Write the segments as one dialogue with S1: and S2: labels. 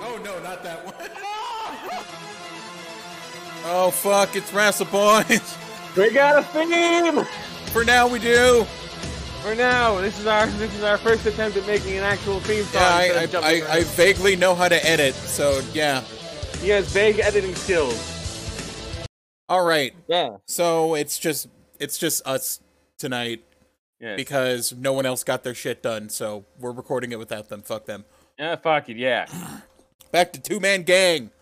S1: Oh no, not that one. oh fuck! It's Wrestle Boys.
S2: We got a theme
S1: For now, we do.
S2: for now. This is our this is our first attempt at making an actual theme song.
S1: Yeah,
S2: instead
S1: I,
S2: of
S1: I,
S2: jumping
S1: I, I
S2: around.
S1: vaguely know how to edit, so yeah.
S2: He has vague editing skills.
S1: All right,
S2: Yeah.
S1: so it's just it's just us tonight
S2: Yeah.
S1: because no one else got their shit done, so we're recording it without them. Fuck them.
S2: yeah. Fuck it. Yeah.
S1: Back to Two Man Gang.
S2: Back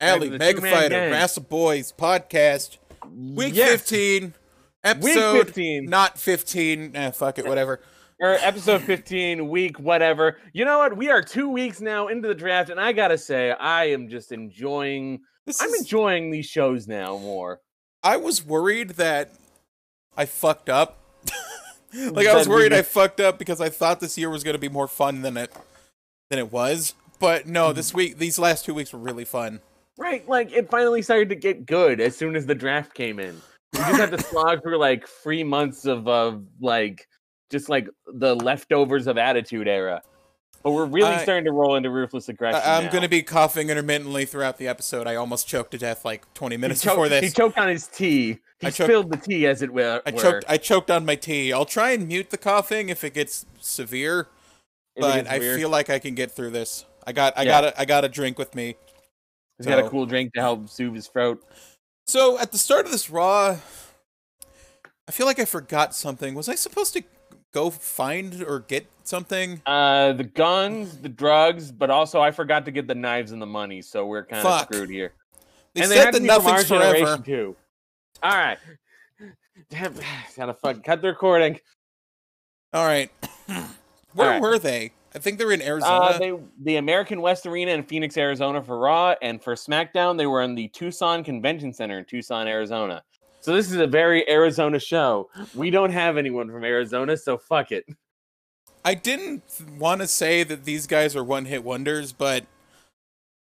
S2: to
S1: Alley,
S2: the
S1: Mega
S2: two-man
S1: Fighter,
S2: gang.
S1: Wrestle Boys podcast, week
S2: Yes.
S1: 15, episode
S2: 15.
S1: not 15. Eh, fuck it, whatever.
S2: Or episode fifteen, week whatever. You know what? We are two weeks now into the draft, and I gotta say, I am just enjoying.
S1: This
S2: I'm
S1: is-
S2: enjoying these shows now more.
S1: I was worried that I fucked up. like I
S2: That
S1: was
S2: we
S1: worried I
S2: missed-
S1: fucked up because I thought this year was going to be more fun than it than it was. But
S2: Hmm.
S1: no, this week these last two weeks were really fun.
S2: Right, like it finally started to get good as soon as the draft came in. We just had to slog through like three months of uh, like just like the leftovers of attitude era. But we're really
S1: I-
S2: starting to roll into ruthless aggression.
S1: I- I'm
S2: now.
S1: going to be coughing intermittently throughout the episode. I almost choked to death like 20
S2: He
S1: minutes
S2: choked,
S1: before
S2: He
S1: this.
S2: choked on his tea. He
S1: I choked-
S2: spilled the tea, as it were.
S1: I
S2: were.
S1: choked I choked on my tea. I'll try and mute the coughing if it gets severe,
S2: It
S1: but
S2: is
S1: I
S2: weird.
S1: feel like I can get through this. I got I
S2: Yeah.
S1: got a, I got a drink with me.
S2: he's got a
S1: so-
S2: cool drink to help soothe his throat.
S1: So at the start of this raw, I feel like I forgot something. Was I supposed to go find or get something?
S2: Uh, the guns, the drugs, but also I forgot to get the knives and the money, so we're kind of
S1: Fuck.
S2: screwed here.
S1: They
S2: and they
S1: said
S2: had
S1: that
S2: to be from our
S1: nothing's forever.
S2: generation too. All right. Damn, gotta fuck cut the recording.
S1: All right, where
S2: All right.
S1: were they? I think they were in Arizona.
S2: Uh, they, the American West Arena in Phoenix, Arizona for Raw, and for SmackDown, they were in the Tucson Convention Center in Tucson, Arizona. So this is a very Arizona show. We don't have anyone from Arizona, so fuck it.
S1: I didn't want to say that these guys are one-hit wonders, but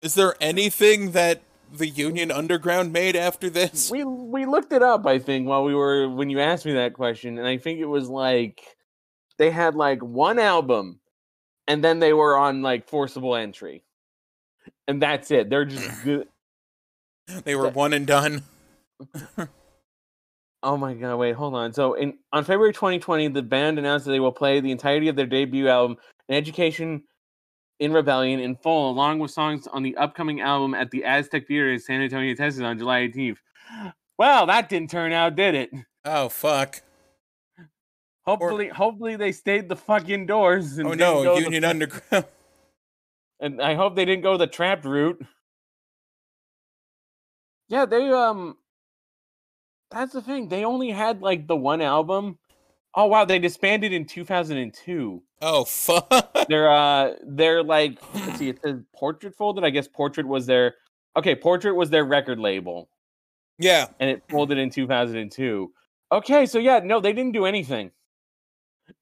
S1: is there anything that the Union Underground made after this?
S2: We we looked it up, I think, while we were when you asked me that question, and I think it was like they had like one album, and then they were on like forcible entry, and that's it. They're just good.
S1: They were one and done.
S2: Oh my god, wait, hold on. So in on February 2020, the band announced that they will play the entirety of their debut album, An Education in Rebellion, in full, along with songs on the upcoming album at the Aztec Theater in San Antonio, Texas on July 18th. Well, that didn't turn out, did it?
S1: Oh fuck!
S2: Hopefully, hopefully they stayed the fuck indoors. And
S1: Oh
S2: didn't go
S1: no,
S2: the-
S1: Union Underground.
S2: and I hope they didn't go the trapped route. Yeah, they um that's the thing. They only had like the one album. Oh wow, they disbanded in 2002.
S1: Oh fuck!
S2: They're uh they're like let's see, it says Portrait folded. I guess Portrait was their Okay, Portrait was their record label
S1: Yeah,
S2: and it folded in 2002. Okay, so yeah, no, they didn't do anything.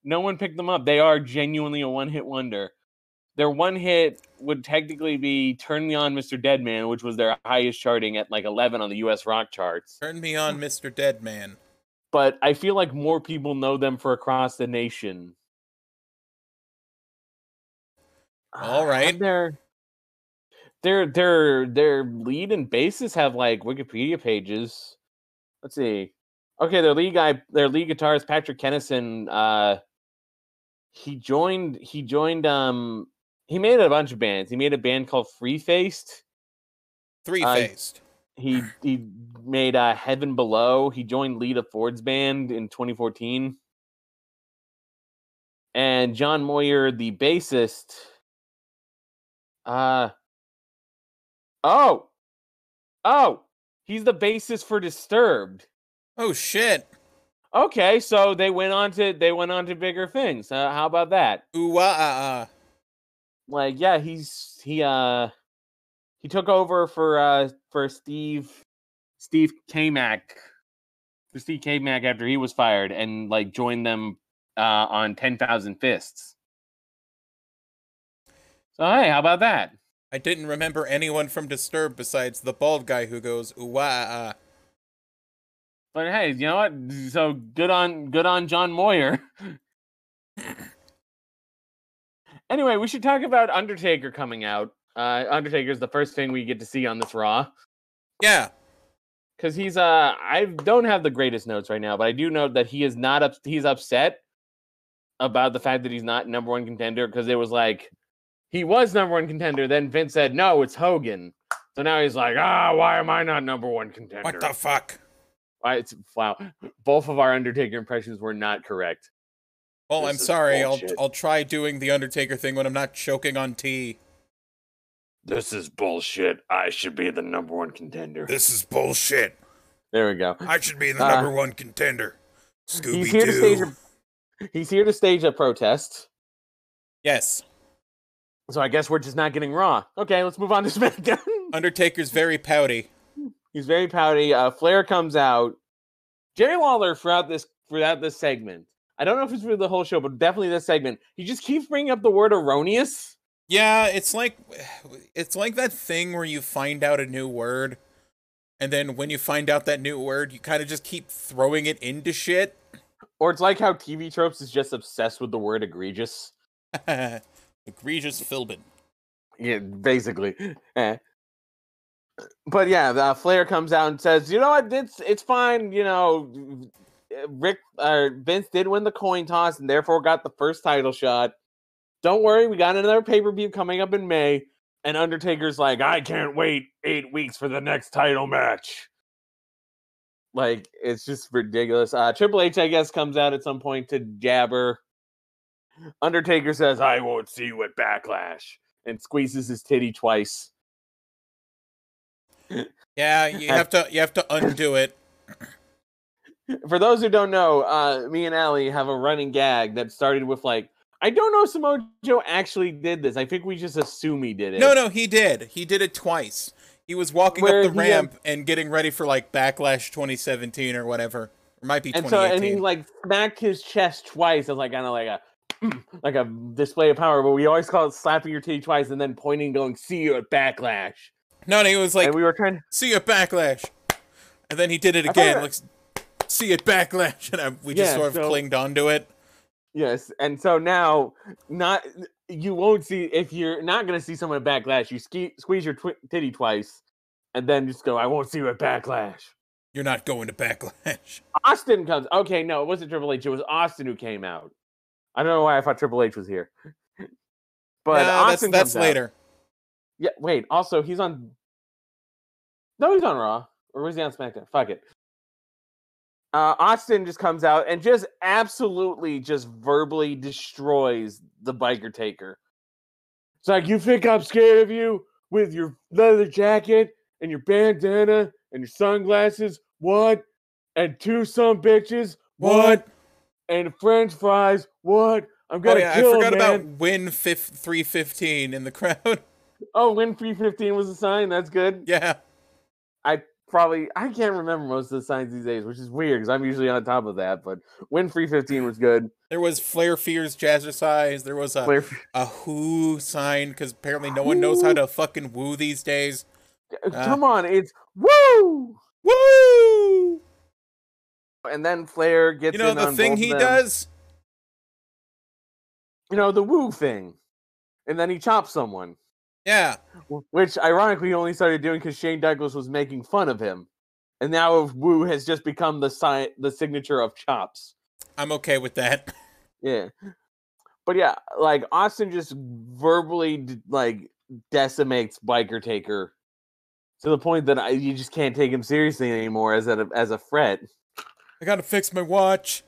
S2: No one picked them up. They are genuinely a one hit wonder. Their one hit would technically be Turn Me On, Mr. Deadman, which was their highest charting at like 11 on the US rock charts.
S1: turn me on, Mister Dead Man.
S2: But I feel like more people know them for across the nation.
S1: All
S2: Ah,
S1: right.
S2: Their, their their their lead and bassist have like Wikipedia pages. Let's see. Okay, their lead guy, their lead guitarist Patrick Kennison. Uh, he joined. He joined. Um, he made a bunch of bands. He made a band called Free Faced.
S1: Three faced.
S2: He he made uh, Heaven Below. He joined Lita Ford's band in 2014. And John Moyer, the bassist. Uh oh, oh, he's the bassist for Disturbed.
S1: oh shit.
S2: Okay, so they went on to they went on to bigger things. Uh, how about that?
S1: Ooh ah ah. ah.
S2: like yeah he's he uh he took over for uh for steve steve Kamak, for steve Kamak after he was fired and like joined them uh on 10000 fists so hey how about that
S1: I didn't remember anyone from Disturbed besides the bald guy who goes ooh ah ah. ah.
S2: but hey you know what so good on good on john moyer anyway we should talk about undertaker coming out Uh, Undertaker's the first thing we get to see on this Raw
S1: Yeah.
S2: because he's uh I don't have the greatest notes right now, but I do know that he is not up. He's upset about the fact that he's not number one contender because it was like he was number one contender. Then Vince said, "No, it's Hogan." So now he's like, "Ah, why am I not number one contender?"
S1: What the fuck?
S2: Why, it's, wow, both of our Undertaker impressions were not correct.
S1: Well,
S2: This
S1: I'm
S2: is
S1: sorry. I'll
S2: bullshit.
S1: I'll try doing the Undertaker thing when I'm not choking on tea.
S2: This is bullshit. I should be the number one contender.
S1: This is bullshit.
S2: There we go.
S1: I should be the
S2: Uh,
S1: number one contender.
S2: He's here to stage. A, he's here to stage a protest.
S1: Yes.
S2: So I guess we're just not getting Raw. Okay, let's move on to SmackDown.
S1: Undertaker's very pouty.
S2: He's very pouty. Uh, Flair comes out. Jerry Lawler throughout this throughout this segment. I don't know if it's for the whole show, but definitely this segment. He just keeps bringing up the word erroneous.
S1: Yeah, it's like it's like that thing where you find out a new word and then when you find out that new word, you kind of just keep throwing it into shit.
S2: Or it's like how TV tropes is just obsessed with the word egregious.
S1: Egregious Philbin.
S2: Yeah, basically. Eh. But yeah, the uh, Flair comes out and says, "You know what? It's it's fine. You know, uh, Rick uh, Vince did win the coin toss and therefore got the first title shot. Don't worry, we got another pay per view coming up in May." And Undertaker's like, "I can't wait eight weeks for the next title match." Like it's just ridiculous. Uh, Triple H, I guess, comes out at some point to jabber. Undertaker says, "I won't see you at Backlash." and squeezes his titty twice.
S1: Yeah, you have to you have to undo it.
S2: For those who don't know, uh, me and Allie have a running gag that started with like, I don't know if Samoa Joe actually did this. I think we just assume he did it.
S1: No, no, he did. He did it twice. He was walking
S2: Where
S1: up the
S2: he, um,
S1: ramp and getting ready for like Backlash 2017 or whatever. Or might be
S2: And so, and
S1: 2018.
S2: he like smacked his chest twice as like kind of like a like a display of power. But we always call it slapping your titty twice and then pointing, going, "See you at Backlash."
S1: no, no, he was like,
S2: and we were trying.
S1: "See you at Backlash," and then he did it
S2: I thought
S1: again.
S2: that-
S1: Looks, see you at Backlash, and I, we just
S2: Yeah,
S1: sort of
S2: so-
S1: clinged onto it.
S2: Yes, and so now, not you won't see if you're not gonna see someone at backlash. You ski, squeeze your twi- titty twice, and then just go. I won't see you at backlash.
S1: You're not going to Backlash.
S2: Austin comes. Okay, no, it wasn't Triple H. It was Austin who came out. I don't know why I thought Triple H was here, but
S1: Nah, that's
S2: Austin
S1: that's
S2: comes out.
S1: later.
S2: Yeah, wait. Also, he's on. No, he's on Raw, or was he on SmackDown? Fuck it. Uh, Austin just comes out and just absolutely just verbally destroys the biker taker. It's like you think I'm scared of you with your leather jacket and your bandana and your sunglasses. What? And two some bitches. What?
S1: What?
S2: And French fries. What?
S1: Oh
S2: I'm gonna
S1: yeah, I
S2: kill a
S1: forgot
S2: man.
S1: about Win fif- 315 in the crowd.
S2: Oh, win three fifteen was a sign. That's good.
S1: yeah,
S2: probably I can't remember most of the signs these days, which is weird because I'm usually on top of that. But win free fifteen was good.
S1: there was Flair fears jazzercise. There was a
S2: Flair,
S1: a who sign because apparently no one knows how to fucking woo these days. uh,
S2: come on, it's woo!
S1: Woo!
S2: And then Flair gets
S1: You know
S2: in
S1: the
S2: on
S1: thing
S2: both of
S1: he
S2: them.
S1: does?
S2: you know the woo thing, and then he chops someone,
S1: Yeah.
S2: wh- which ironically he only started doing because Shane Douglas was making fun of him, and now woo has just become the sign, the signature of chops.
S1: I'm okay with that.
S2: Yeah. But yeah, like Austin just verbally d- like decimates Biker Taker to the point that I, you just can't take him seriously anymore as a as a threat.
S1: I gotta fix my watch.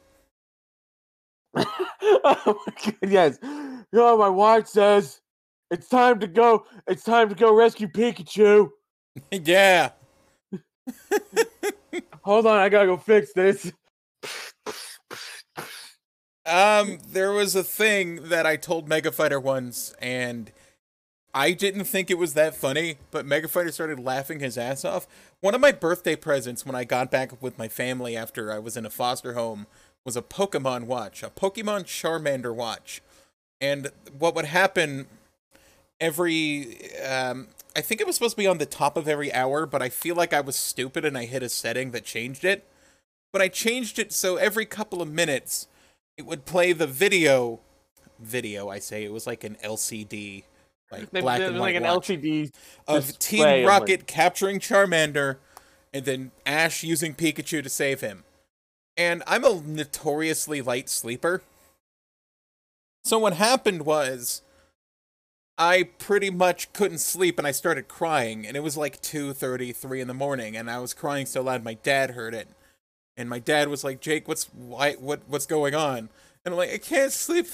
S2: oh my god, yes. No, my watch says it's time to go. It's time to go rescue Pikachu.
S1: yeah.
S2: Hold on, I gotta go fix this.
S1: Um, there was a thing that I told Mega Fighter once, and I didn't think it was that funny, but Mega Fighter started laughing his ass off. One of my birthday presents when I got back with my family after I was in a foster home was a Pokemon watch, a Pokemon Charmander watch. And what would happen every um I think it was supposed to be on the top of every hour, but I feel like I was stupid and I hit a setting that changed it. But I changed it so every couple of minutes it would play the video video I say it was like an LCD like
S2: They,
S1: black
S2: they're
S1: and
S2: like
S1: white
S2: an
S1: watch,
S2: LCD.
S1: of
S2: display
S1: Team
S2: of, like-
S1: Rocket capturing Charmander, and then Ash using Pikachu to save him. And I'm a notoriously light sleeper, so what happened was. I pretty much couldn't sleep and I started crying and it was like 2:30, 3 in the morning and I was crying so loud my dad heard it. And my dad was like, "Jake, what's why what what's going on?" And I'm like, "I can't sleep.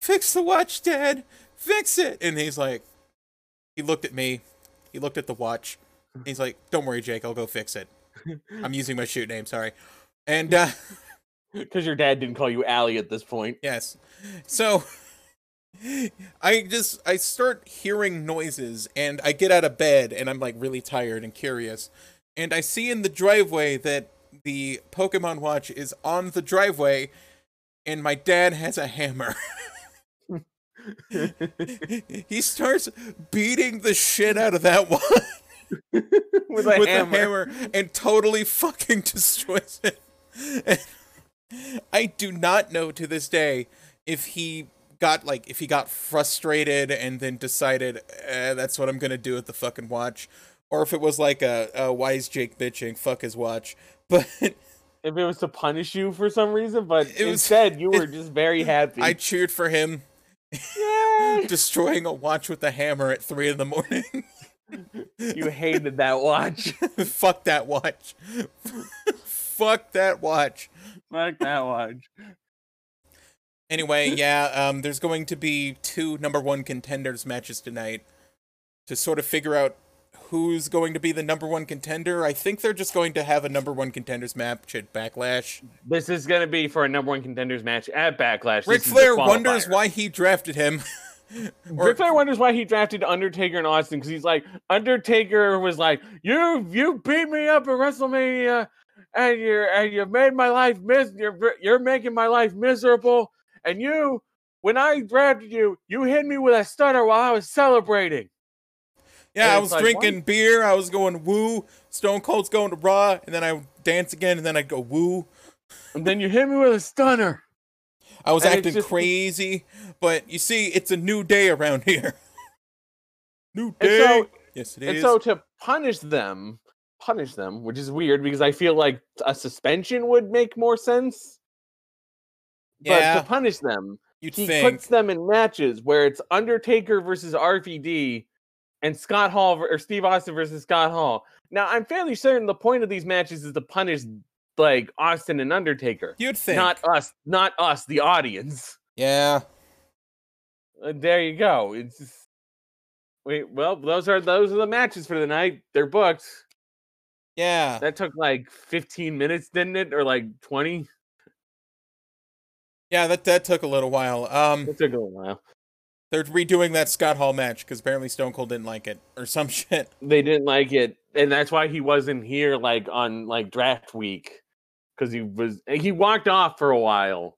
S1: Fix the watch, dad. Fix it." And he's like he looked at me. He looked at the watch. and He's like, "Don't worry, Jake. I'll go fix it." I'm using my shoot name, sorry. And uh
S2: Because your dad didn't call you Allie at this point.
S1: Yes. So I just I start hearing noises and I get out of bed and I'm like really tired and curious. And I see in the driveway that the Pokemon watch is on the driveway and my dad has a hammer. he starts beating the shit out of that one
S2: With a
S1: with
S2: hammer.
S1: a hammer and totally fucking destroys it. And I do not know to this day if he got like if he got frustrated and then decided eh, that's what I'm gonna do with the fucking watch, or if it was like a, a why is Jake bitching fuck his watch. But
S2: If it was to punish you for some reason, but
S1: It was-
S2: instead you were just very happy.
S1: I cheered for him
S2: Yay!
S1: destroying a watch with a hammer at three in the morning.
S2: you hated that watch.
S1: fuck that watch. fuck that watch.
S2: Fuck that watch.
S1: Anyway, yeah, um, there's going to be two number one contenders matches tonight to sort of figure out who's going to be the number one contender. I think they're just going to have a number one contenders match at Backlash.
S2: This is gonna be for a number one contenders match at
S1: Ric
S2: Backlash. This is the
S1: Flair wonders
S2: qualifier.
S1: why he drafted him. or-
S2: Ric Flair wonders why he drafted Undertaker and Austin because he's like Undertaker was like you you beat me up at WrestleMania and you're and you made my life mis you're you're making my life miserable and you when I drafted you you hit me with a stunner while I was celebrating.
S1: yeah,
S2: Yeah,
S1: I
S2: it's
S1: was
S2: like, why-
S1: drinking beer, I was going woo, Stone Cold's going to Raw, and then I would dance again, and then I'd go woo.
S2: And then you hit me with a stunner.
S1: I was
S2: And it's
S1: acting
S2: just-
S1: crazy, but you see, it's a new day around here. new
S2: And
S1: day.
S2: so
S1: yes, it is.
S2: And so to punish them, punish them, which is weird because I feel like a suspension would make more sense. But
S1: Yeah.
S2: to punish them,
S1: You'd
S2: he
S1: think.
S2: puts them in matches where it's Undertaker versus RVD and Scott Hall ver- or Steve Austin versus Scott Hall. Now, I'm fairly certain the point of these matches is to punish like Austin and Undertaker,
S1: You'd think.
S2: not us, not us, the audience.
S1: yeah.
S2: Uh, there you go. It's just- wait. Well, those are those are the matches for the night. They're booked.
S1: Yeah.
S2: That took like 15 minutes, didn't it? Or like 20?
S1: Yeah, that that took a little while. Um
S2: It took a little while.
S1: they're redoing that Scott Hall match cuz apparently Stone Cold didn't like it or some shit.
S2: They didn't like it, and that's why he wasn't here like on like draft week because he was eh, he walked off for a while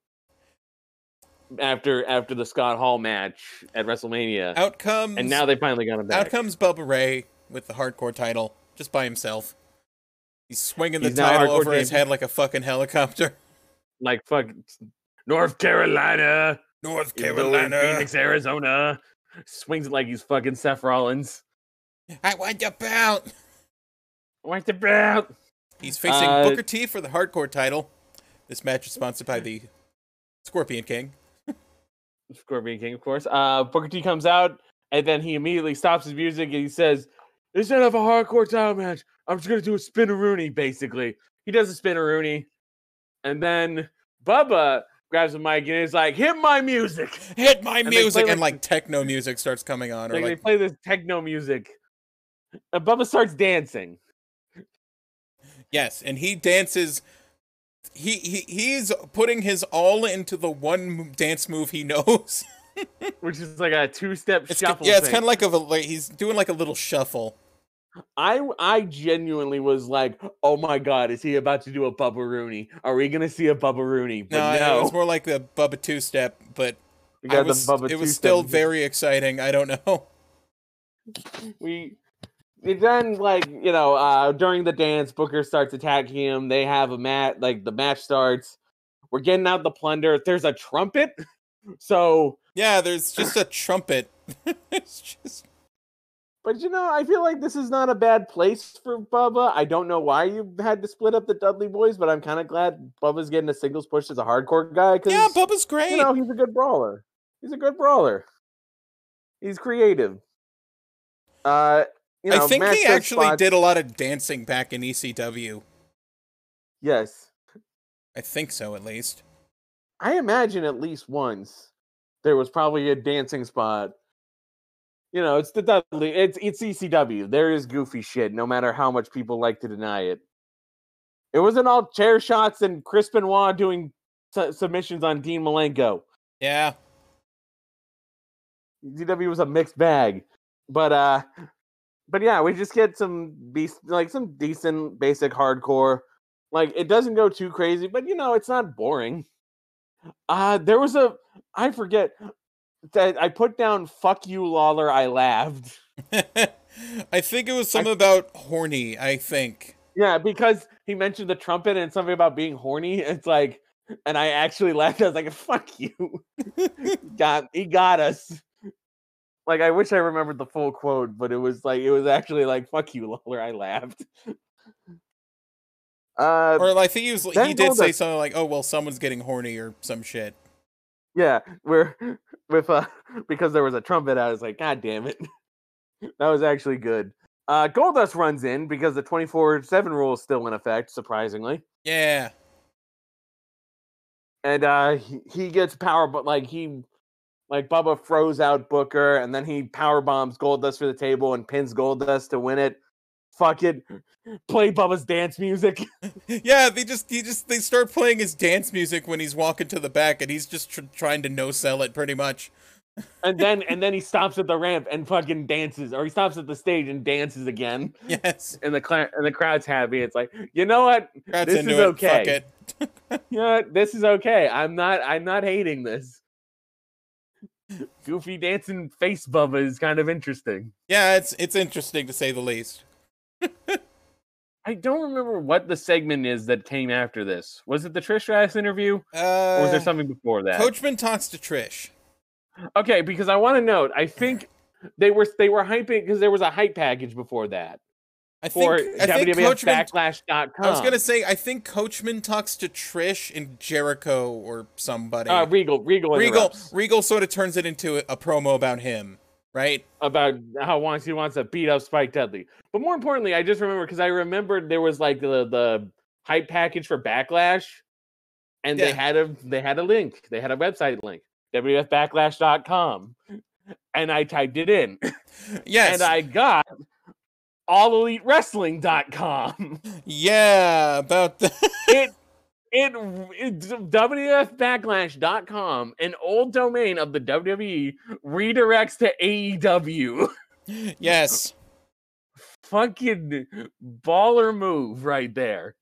S2: after after the Scott Hall match at WrestleMania,
S1: Outcomes
S2: and now they finally got him back.
S1: outcomes Bubba Ray with the hardcore title just by himself. He's swinging the
S2: He's now
S1: title
S2: hardcore
S1: over his
S2: champion.
S1: head like a fucking helicopter.
S2: Like fuck, North Carolina,
S1: North
S2: even though we're in
S1: Carolina.
S2: Phoenix, Arizona, swings it like he's fucking Seth Rollins.
S1: I want your belt.
S2: What's the belt?
S1: He's facing
S2: Uh,
S1: Booker T for the hardcore title. This match is sponsored by the Scorpion King.
S2: Scorpion King, of course. Uh, Booker T comes out, and then he immediately stops his music and he says, "Instead of a hardcore title match, I'm just gonna do a spinneroonie." Basically, he does a spinneroonie, and then Bubba grabs the mic and is like, "Hit my music!"
S1: Hit my
S2: And they play
S1: music and
S2: like-
S1: like techno music starts coming on or
S2: Like, they
S1: like
S2: play this techno music, and Bubba starts dancing.
S1: Yes, and he dances. He, he he's putting his all into the one mo- dance move he knows.
S2: Which is like a two-step
S1: It's, ki-
S2: shuffle.
S1: yeah, it's
S2: thing.
S1: kind of like of a like, he's doing like a little shuffle.
S2: I I genuinely was like, "Oh my god, is he about to do a Bubba Rooney? Are we gonna see a Bubba Rooney?" But
S1: No,
S2: no,
S1: it was more like the Bubba two step, but
S2: we
S1: I
S2: got the
S1: was,
S2: Bubba
S1: it was
S2: two-step
S1: still
S2: music.
S1: very exciting. I don't know.
S2: we it then like you know uh during the dance booker starts attacking him they have a mat like the match starts we're getting out the plunder there's a trumpet so
S1: Yeah, there's just a trumpet it's just
S2: But you know, I feel like this is not a bad place for Bubba. I don't know why you had to split up the Dudley boys, but I'm kind of glad Bubba's getting a singles push as a hardcore guy because
S1: yeah, Bubba's great.
S2: you know he's a good brawler. He's a good brawler. He's creative. Uh, you know,
S1: I think
S2: match
S1: he
S2: their
S1: actually
S2: spots-
S1: did a lot of dancing back in E ECW.
S2: Yes,
S1: I think so, at least.
S2: I imagine at least once there was probably a dancing spot. You know, it's the Dudley. It's it's ECW. There is goofy shit, no matter how much people like to deny it. It wasn't all chair shots and Chris Benoit doing su- submissions on Dean Malenko.
S1: Yeah,
S2: ECW was a mixed bag, but uh, but yeah, we just get some beast like some decent basic hardcore. Like it doesn't go too crazy, but you know it's not boring. Uh there was a I forget that I put down "fuck you, Lawler." I laughed.
S1: I think it was something about horny. I think.
S2: Yeah, because he mentioned the trumpet and something about being horny. It's like, and I actually laughed. I was like, "Fuck you, got he got us." Like I wish I remembered the full quote, but it was like it was actually like "fuck you, Lawler." I laughed. Uh,
S1: Or I think he was.
S2: Ben
S1: He did say
S2: Goldust-
S1: something like, "Oh well, someone's getting horny" or some shit.
S2: yeah, we're with uh because there was a trumpet. I was like, "God damn it, that was actually good." Uh, Goldust runs in because the twenty four seven rule is still in effect, surprisingly.
S1: Yeah,
S2: and uh he, he gets power but like he like Bubba froze out Booker and then he power bombs Goldust for the table and pins Goldust to win it. Fuck it. Play Bubba's dance music.
S1: yeah. They just he just they start playing his dance music when he's walking to the back, and he's just tr- trying to no sell it pretty much.
S2: And then and then he stops at the ramp and fucking dances or he stops at the stage and dances again.
S1: Yes,
S2: And the cl- and the crowd's happy. It's like, "You know what?
S1: crowd's
S2: This
S1: into
S2: is
S1: it.
S2: okay.
S1: Fuck it.
S2: You know what? This is okay. I'm not I'm not hating this." Goofy dancing face Bubba is kind of interesting.
S1: Yeah, it's it's interesting to say the least.
S2: I don't remember what the segment is that came after this. Was it the Trish Stratus interview,
S1: Uh,
S2: or was there something before that?
S1: Coachman talks to Trish.
S2: okay, because I want to note. I think they were they were hyping because there was a hype package before that
S1: I
S2: for
S1: think I think
S2: WWF
S1: Coachman.
S2: Backlash.com.
S1: I was gonna say I think Coachman talks to Trish and Jericho or somebody.
S2: uh, Regal Regal
S1: Regal
S2: interrupts
S1: Regal sort of turns it into a, a promo about him, right?
S2: about how wants he wants to beat up Spike Dudley. But more importantly, I just remember because I remembered there was like the the hype package for Backlash, and
S1: Yeah.
S2: they had a they had a link, they had a website link, WFBacklash.com, and I typed it in,
S1: Yes.
S2: and I got AllEliteWrestling.com.
S1: yeah, about the
S2: it it, it WFBacklash.com, an old domain of the WWE, redirects to E AEW.
S1: yes.
S2: fucking baller move right there.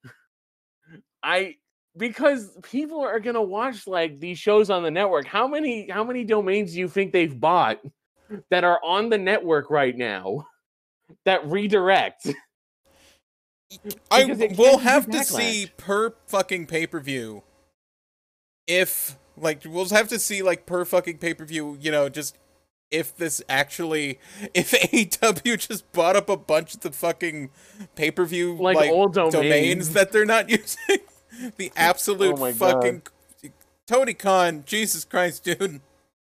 S2: I because people are gonna watch like these shows on the network. How many how many domains do you think they've bought that are on the network right now that redirect?
S1: I
S2: Because it
S1: we'll
S2: can be
S1: have to
S2: backlash.
S1: see per fucking pay per view if like we'll have to see like per fucking pay per view, you know, just if this actually if AEW just bought up a bunch of the fucking pay per view
S2: Like, old domains.
S1: domains that they're not using. the absolute
S2: Oh my God.
S1: fucking Tony Khan, Jesus Christ, dude.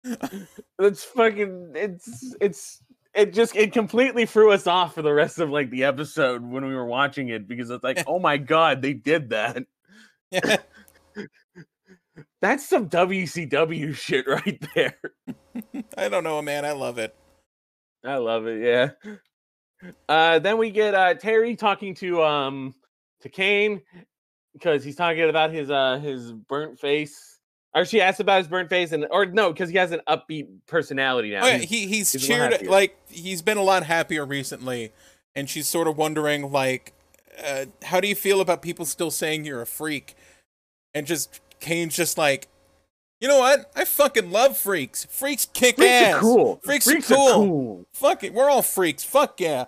S2: It's fucking it's it's it just it completely threw us off for the rest of like the episode when we were watching it because it's like, oh my god, they did that.
S1: Yeah.
S2: That's some WCW shit right there.
S1: I don't know, man. I love it.
S2: I love it. Yeah. Uh, then we get uh, Terry talking to um to Kane because he's talking about his uh his burnt face. Or she asked about his burnt face, and or no, because he has an upbeat personality now.
S1: Oh, yeah,
S2: He's-
S1: he he's,
S2: he's a lot
S1: cheered
S2: happier.
S1: like he's been a lot happier recently, and she's sort of wondering like, uh, how do you feel about people still saying you're a freak? And just Kane's just like, you know what? I fucking love freaks. Freaks kick
S2: freaks
S1: ass.
S2: are cool.
S1: Freaks are cool.
S2: Are cool.
S1: Fuck it. We're all freaks. Fuck yeah.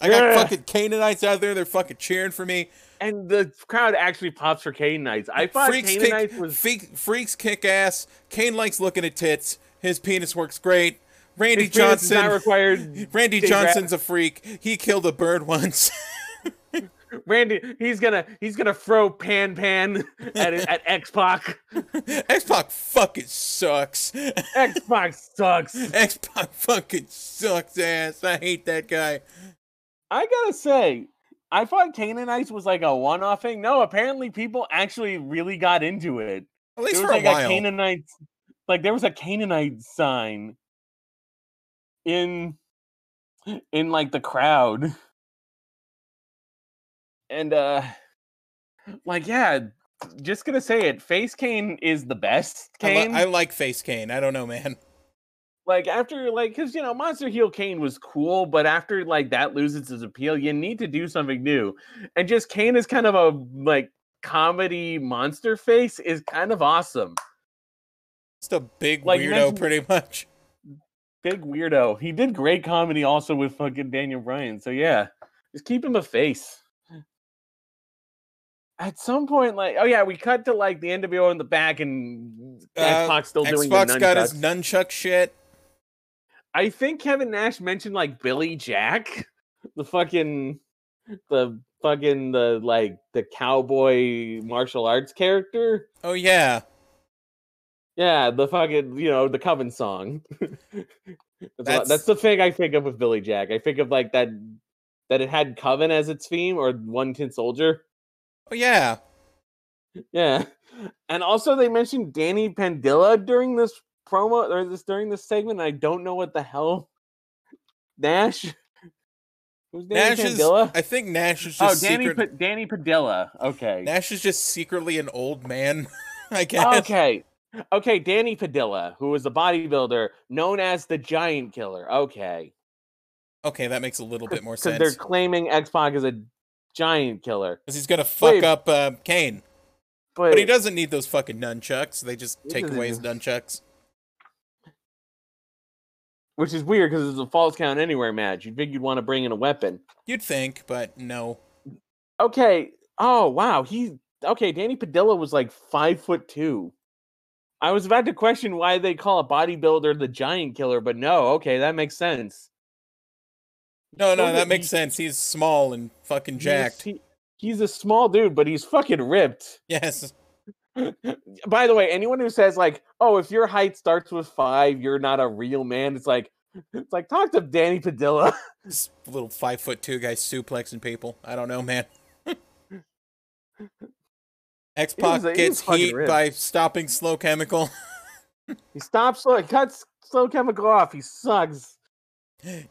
S1: I got
S2: Yeah.
S1: fucking Canaanites out there. They're fucking cheering for me.
S2: And the crowd actually pops for Canaanites. I thought
S1: freaks
S2: Canaanites
S1: kick,
S2: was
S1: freak, freaks kick ass. Kane likes looking at tits. His penis works great. Randy
S2: Experience is
S1: Johnson.
S2: not required.
S1: Randy
S2: Big rat.
S1: Johnson's a freak. He killed a bird once.
S2: Randy, he's gonna he's gonna throw Pan Pan at at X Pac.
S1: X Pac fucking sucks.
S2: X Pac sucks.
S1: X Pac fucking sucks ass. I hate that guy.
S2: I gotta say, I thought Canaanites was like a one off thing. No, apparently people actually really got into it.
S1: At least
S2: there
S1: for
S2: was
S1: a
S2: like
S1: while.
S2: Canaanite, like there was a Canaanite sign in in like the crowd, and uh, like yeah, just gonna say it. Face Cane is the best
S1: I, li-
S2: Cane.
S1: I like Face Kane. I don't know, man.
S2: like after like because you know monster heel kane was cool but after like that loses its appeal you need to do something new and just kane is kind of a like comedy monster face is kind of awesome
S1: Just a big
S2: Like, you
S1: weirdo,
S2: mentioned-
S1: pretty much.
S2: big weirdo he did great comedy also with fucking daniel bryan so yeah just keep him a face at some point like oh yeah we cut to like the nwo in the back and
S1: Uh,
S2: xbox still doing the
S1: Xbox got his
S2: nunchucks.
S1: nunchuck shit.
S2: I think Kevin Nash mentioned like Billy Jack, the fucking, the fucking the like the cowboy martial arts character.
S1: Oh yeah,
S2: Yeah, the fucking you know the Coven song. that's, a lot-
S1: That's-
S2: that's the thing I think of with Billy Jack. I think of like that that it had Coven as its theme or One Tin Soldier.
S1: oh yeah.
S2: Yeah, and also they mentioned Danny Pandilla during this promo or this during this segment. I don't know what the hell Nash. Who's Danny
S1: Nash is.
S2: Pandilla?
S1: I think Nash is
S2: Oh,
S1: just
S2: Danny
S1: secret.
S2: Pa- Danny Padilla. Okay.
S1: Nash is just secretly an old man. I guess.
S2: Oh, okay. Okay, Danny Padilla, who is a bodybuilder known as the Giant Killer. Okay.
S1: Okay, that makes a little bit more
S2: Because they're
S1: sense.
S2: claiming X Pac is a giant killer.
S1: Because he's gonna fuck
S2: Wait.
S1: up uh, Kane,
S2: But,
S1: but he doesn't need those fucking nunchucks. They just
S2: He
S1: take
S2: doesn't
S1: away his
S2: need-
S1: nunchucks.
S2: which is weird because it's a false count anywhere match. You'd think you'd want to bring in a weapon.
S1: You'd think, but no.
S2: Okay. Oh wow. He okay, Danny Padilla was like five foot two. I was about to question why they call a bodybuilder the giant killer, but no, okay, that makes sense.
S1: No, no,
S2: Well,
S1: that makes
S2: he-
S1: sense. He's small and fucking
S2: He's-
S1: jacked.
S2: he- he's a small dude, but he's fucking ripped.
S1: Yes.
S2: By the way, anyone who says like, "Oh, if your height starts with five, you're not a real man," it's like, it's like talk to Danny Padilla.
S1: This little five foot two guy suplexing people. I don't know, man. X Pac
S2: He was- he was
S1: gets
S2: fucking
S1: heat
S2: ripped.
S1: by stopping slow chemical.
S2: he stops slow, he cuts slow chemical off. He sucks.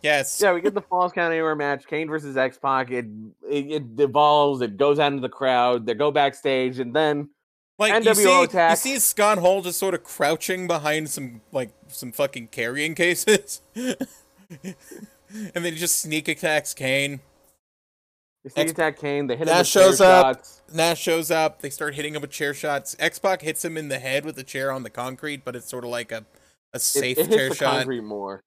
S1: yes.
S2: Yeah, we get the Falls Count Anywhere match, Kane versus X Pac. It, it it evolves. It goes out into the crowd. They go backstage, and then
S1: Like you
S2: NWO
S1: see,
S2: attack.
S1: you see Scott Hall just sort of crouching behind some like some fucking carrying cases, and then he just sneak attacks Kane.
S2: they sneak
S1: X-
S2: attack Kane. They hit him.
S1: That
S2: with chair
S1: shows up.
S2: shots.
S1: Nash shows up. They start hitting him with chair shots. X Pac hits him in the head with the chair on the concrete, but it's sort of like a a
S2: It-
S1: safe
S2: it, hits
S1: chair
S2: the
S1: shot.
S2: concrete more.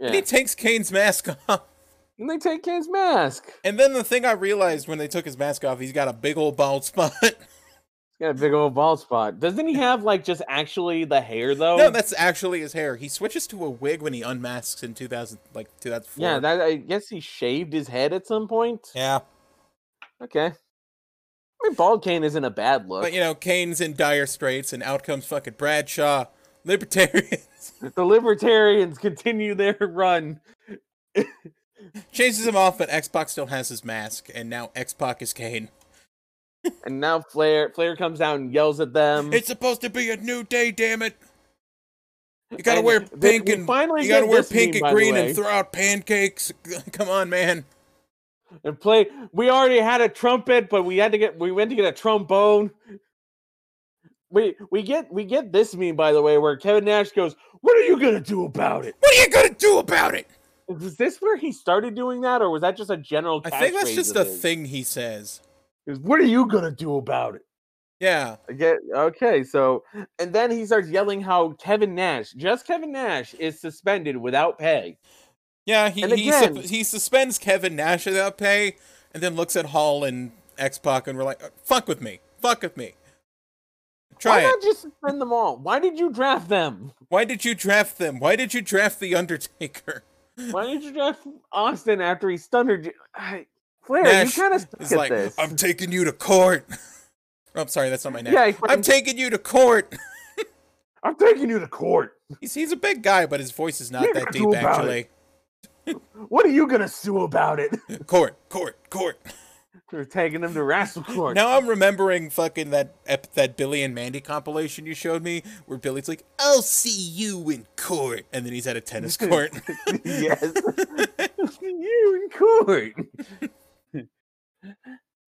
S1: And he
S2: Yeah.
S1: takes Kane's mask off.
S2: And they take Kane's mask. He's
S1: And then the thing I realized when they took his mask off, he's got a big old bald spot.
S2: got a big old bald spot. Doesn't he have like just actually the hair though?
S1: no, that's actually his hair. He switches to a wig when he unmasks in 2000, like 2004.
S2: yeah. That I guess he shaved his head at some point.
S1: yeah.
S2: Okay. I mean, bald Kane isn't a bad look.
S1: But you know, Kane's in dire straits, and out comes fucking Bradshaw, libertarians,
S2: The libertarians continue their run.
S1: chases him off, but Xbox still has his mask, and now X Pac is Kane.
S2: And now Flair Flair comes out and yells at them.
S1: It's supposed to be a new day, damn it! You gotta
S2: And
S1: wear
S2: th-
S1: pink
S2: we
S1: and
S2: finally
S1: you gotta
S2: get
S1: wear
S2: this
S1: pink
S2: meme, by
S1: and
S2: the
S1: green
S2: way.
S1: and throw out pancakes. Come on, man.
S2: and play. We already had a trumpet, but we had to get we went to get a trombone. We we get we get this meme by the way where Kevin Nash goes, "What are you gonna do about it?"
S1: What are you gonna do about it?
S2: Was this where he started doing that, or was that just a general?
S1: I think that's
S2: catchphrase
S1: just
S2: of
S1: a
S2: his?
S1: thing he says.
S2: Is what are you gonna do about it?
S1: Yeah,
S2: I get okay, so and then he starts yelling how Kevin Nash, just Kevin Nash, is suspended without pay.
S1: yeah. He
S2: And
S1: he, sup-
S2: again-
S1: he suspends Kevin Nash without pay, "Uh, and then looks at Hall and X Pac, and we're like, "Fuck with me, fuck with me."
S2: Why
S1: Try it.
S2: not just suspend them all? Why did you draft them?
S1: Why did you draft them? Why did you draft the Undertaker?
S2: Why did you draft Austin after he stunnered you? I, Flair,
S1: Nash
S2: you kind of suck
S1: It's
S2: at
S1: like
S2: this.
S1: I'm taking you to court. I'm sorry, that's not my name.
S2: yeah, he
S1: I'm
S2: fucking-
S1: taking you to court.
S2: I'm taking you to court.
S1: He's he's a big guy, but his voice is not
S2: Yeah,
S1: that
S2: do
S1: deep
S2: about
S1: actually.
S2: What are you gonna sue about it?
S1: Court, court, court.
S2: You're taking him to wrestle court.
S1: Now I'm remembering fucking that ep- that Billy and Mandy compilation you showed me, where Billy's like, "I'll see you in court," and then he's at a tennis court.
S2: yes. you in court.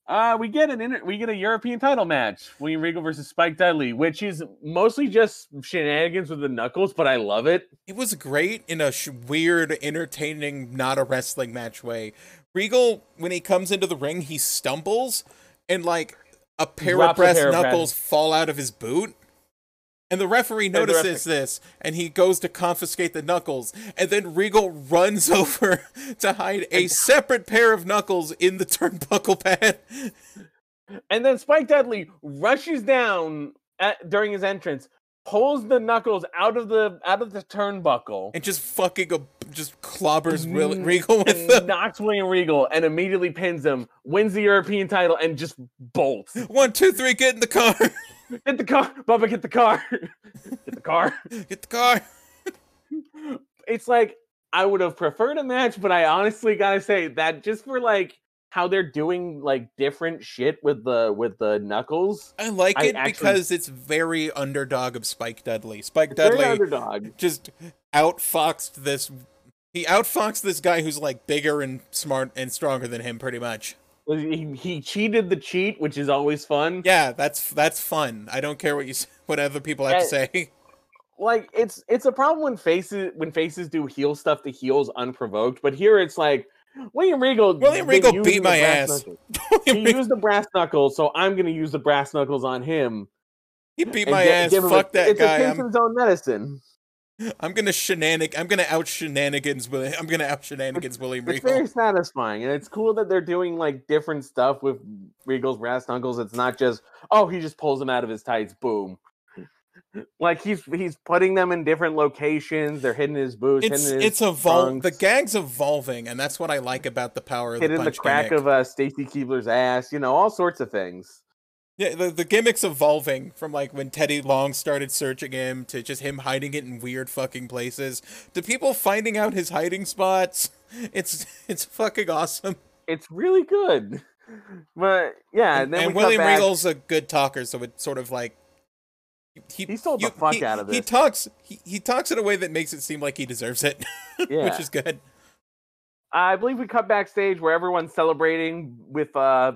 S2: Uh, we get an inter- we get a European title match, William Regal versus Spike Dudley, which is mostly just shenanigans with the knuckles, but I love it.
S1: It was great in a sh- weird, entertaining, not a wrestling match way. Regal, when he comes into the ring, he stumbles and like a pair
S2: Drops a
S1: of brass
S2: pair of brass.
S1: knuckles fall out of his boot. And the referee
S2: the
S1: notices
S2: referee-
S1: this and he goes to confiscate the knuckles. And then Regal runs over to hide a separate pair of knuckles in the turnbuckle pad.
S2: And then Spike Dudley rushes down at, during his entrance, pulls the knuckles out of the out of the turnbuckle,
S1: and just fucking a, just clobbers Re-
S2: Mm,
S1: Regal with
S2: and
S1: them.
S2: knocks William Regal and immediately pins him, wins the European title, and just bolts.
S1: One, two, three, get in the car.
S2: Get the car, Bubba. Get the car. get the car.
S1: get the car.
S2: It's like I would have preferred a match, but I honestly gotta say that just for like how they're doing like different shit with the with the knuckles.
S1: I like
S2: I
S1: it
S2: actually-
S1: because it's very underdog of Spike Dudley. Spike
S2: Very
S1: Dudley
S2: underdog.
S1: just outfoxed this. He outfoxed this guy who's like bigger and smart and stronger than him, pretty much.
S2: He, he cheated the cheat, which is always fun.
S1: Yeah, that's that's fun. I don't care what you s- what other people have to say.
S2: like it's it's a problem when faces when faces do heel stuff to heels unprovoked, but here it's like William Regal.
S1: William
S2: been
S1: Regal
S2: using
S1: beat
S2: the
S1: my
S2: brass
S1: ass.
S2: knuckles. He used the brass knuckles, so I'm gonna use the brass knuckles on him.
S1: he beat
S2: and
S1: my
S2: gi-
S1: ass.
S2: give him a-
S1: Fuck that
S2: it's
S1: guy.
S2: a
S1: I'm
S2: Simpsons own medicine.
S1: I'm gonna shenanig. I'm gonna out shenanigans. Willi- I'm gonna out shenanigans William
S2: It's
S1: Regal.
S2: very satisfying, and it's cool that they're doing like different stuff with Regal's brass knuckles. It's not just oh, he just pulls them out of his tights, boom. Like he's he's putting them in different locations. They're hidden in his boots.
S1: It's
S2: hidden in his
S1: it's evolving.
S2: trunks.
S1: The gag's evolving, and that's what I like about the power of
S2: hit
S1: the
S2: in the
S1: punch
S2: crack
S1: gimmick.
S2: of uh, Stacy Keebler's ass, you know, all sorts of things.
S1: Yeah, the, the gimmick's evolving from like when Teddy Long started searching him to just him hiding it in weird fucking places to people finding out his hiding spots. It's it's fucking awesome.
S2: It's really good. But yeah, and
S1: and
S2: then we cut
S1: William
S2: back.
S1: Regal's a good talker, so it's sort of like he
S2: He sold the fuck out of
S1: He
S2: this.
S1: talks he, he talks in a way that makes it seem like he deserves it,
S2: yeah.
S1: which is good.
S2: I believe we cut backstage where everyone's celebrating with uh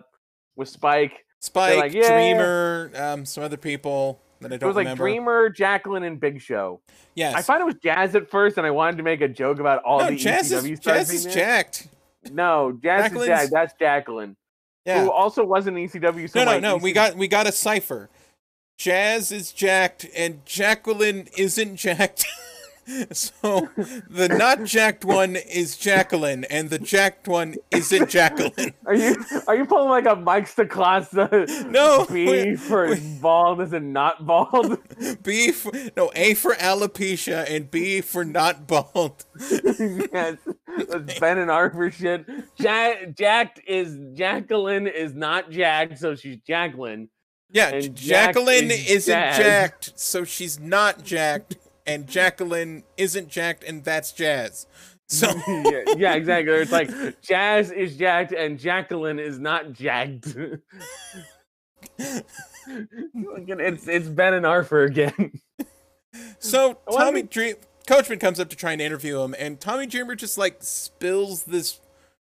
S2: with Spike.
S1: Spike,
S2: like, "Yeah."
S1: Dreamer, um, some other people that I
S2: It
S1: don't
S2: was like
S1: remember.
S2: Dreamer, Jacqueline, and Big Show.
S1: yes.
S2: I thought it was Jazz at first, and I wanted to make a joke about all
S1: no,
S2: the
S1: Jazz
S2: ECW
S1: is,
S2: stars
S1: Jazz
S2: being
S1: is
S2: there.
S1: jacked.
S2: No, Jazz is Jack.
S1: Jacqueline's-
S2: That's Jacqueline,
S1: Yeah.
S2: who also wasn't ECW. So
S1: no, no,
S2: like,
S1: no. We
S2: ECW
S1: got we got a cipher. Jazz is jacked, and Jacqueline isn't jacked. so the not jacked one is Jacqueline, and the jacked one isn't Jacqueline.
S2: Are you are you pulling like a Mike Stacasa
S1: No,
S2: B
S1: we-
S2: for
S1: we-
S2: bald as in not bald?
S1: B for no A for alopecia, and B for not bald.
S2: yes, that's Ben and Arthur shit. Jack Jacked is Jacqueline is not Jack, so she's Jacqueline.
S1: Yeah,
S2: And
S1: J-
S2: jacked
S1: Jacqueline
S2: is
S1: isn't
S2: Jazz.
S1: jacked, so she's not jacked, and Jacqueline isn't jacked, and that's Jazz. So
S2: yeah, yeah, exactly. It's like Jazz is jacked and Jacqueline is not jacked. Fucking- it's it's Ben and Arthur again.
S1: So
S2: I wanna
S1: Tommy
S2: be-
S1: Dream Coachman comes up to try and interview him, and Tommy Dreamer just like spills this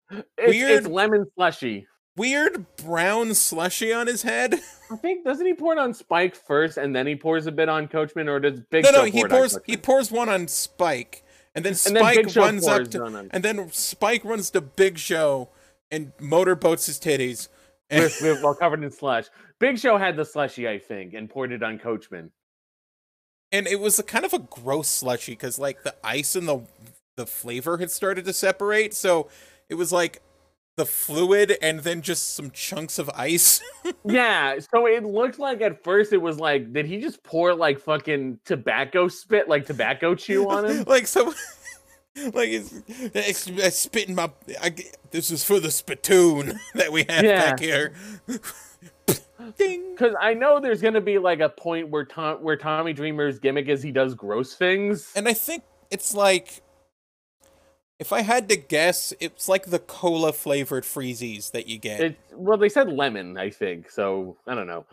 S2: It's,
S1: Weird.
S2: it's lemon slushy.
S1: weird brown slushy on his head.
S2: I think doesn't he pour it on Spike first, and then he pours a bit on Coachman, or does Big
S1: no,
S2: Show
S1: no, he
S2: pour it
S1: pours
S2: on
S1: he
S2: Coachman?
S1: pours one on Spike, and then
S2: and then
S1: Spike
S2: Big Show
S1: runs up
S2: pours
S1: to,
S2: one on-
S1: and then Spike runs to Big Show and motorboats his titties. And
S2: with, with, while covered in slush. Big Show had the slushy, I think, and poured it on Coachman.
S1: and it was a kind of a gross slushy because like the ice and the the flavor had started to separate so it was like the fluid and then just some chunks of ice.
S2: yeah, so it looked like at first it was like, did he just pour like fucking tobacco spit, like tobacco chew on him?
S1: like so like it's, it's, I spit in my I, g- this is for the spittoon that we have
S2: Yeah.
S1: back here. Ding.
S2: Because I know there's gonna be like a point where Tom, where Tommy Dreamer's gimmick is he does gross things.
S1: And I think it's like if I had to guess, it's like the cola flavored freezies that you get.
S2: It, well, they said lemon, I think. So I don't know.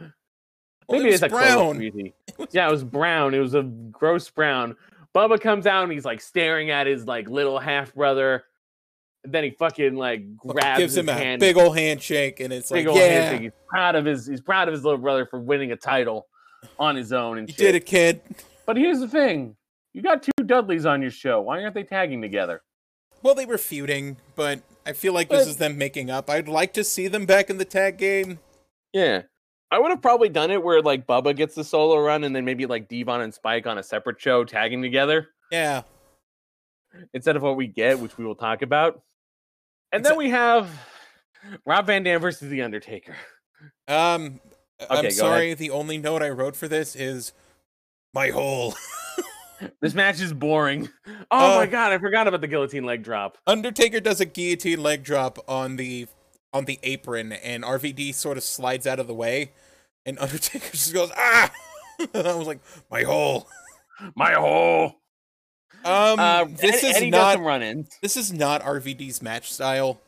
S1: Well,
S2: Maybe
S1: it was
S2: it's a cola
S1: brown.
S2: smoothie. yeah, it was brown. It was a gross brown. Bubba comes out and he's like staring at his like little half brother. Then he fucking like grabs
S1: gives
S2: his
S1: him a
S2: hand,
S1: big ol' handshake, and it's
S2: big
S1: like,
S2: old
S1: yeah,
S2: handshake. He's proud of his he's proud of his little brother for winning a title on his own and
S1: you
S2: shit.
S1: did it, kid.
S2: But here's the thing: you got two Dudleys on your show. Why aren't they tagging together?
S1: Well, they were feuding, but I feel like this
S2: But-
S1: is them making up. I'd like to see them back in the tag game.
S2: Yeah. I would have probably done it where like Bubba gets the solo run and then maybe like Devon and Spike on a separate show tagging together
S1: Yeah,
S2: instead of what we get, which we will talk about. And then
S1: Exa-
S2: we have Rob Van Dam versus The Undertaker.
S1: Um,
S2: Okay, go
S1: I'm
S2: ahead.
S1: sorry. The only note I wrote for this is my hole.
S2: This match is boring. Oh
S1: Uh,
S2: my god, I forgot about the guillotine leg drop.
S1: Undertaker does a guillotine leg drop on the on the apron, and RVD sort of slides out of the way, and Undertaker just goes ah. I was like my hole.
S2: My hole.
S1: Um,
S2: Uh,
S1: this
S2: Ed-
S1: is
S2: Eddie does
S1: not
S2: some run-ins.
S1: this is not RVD's match style.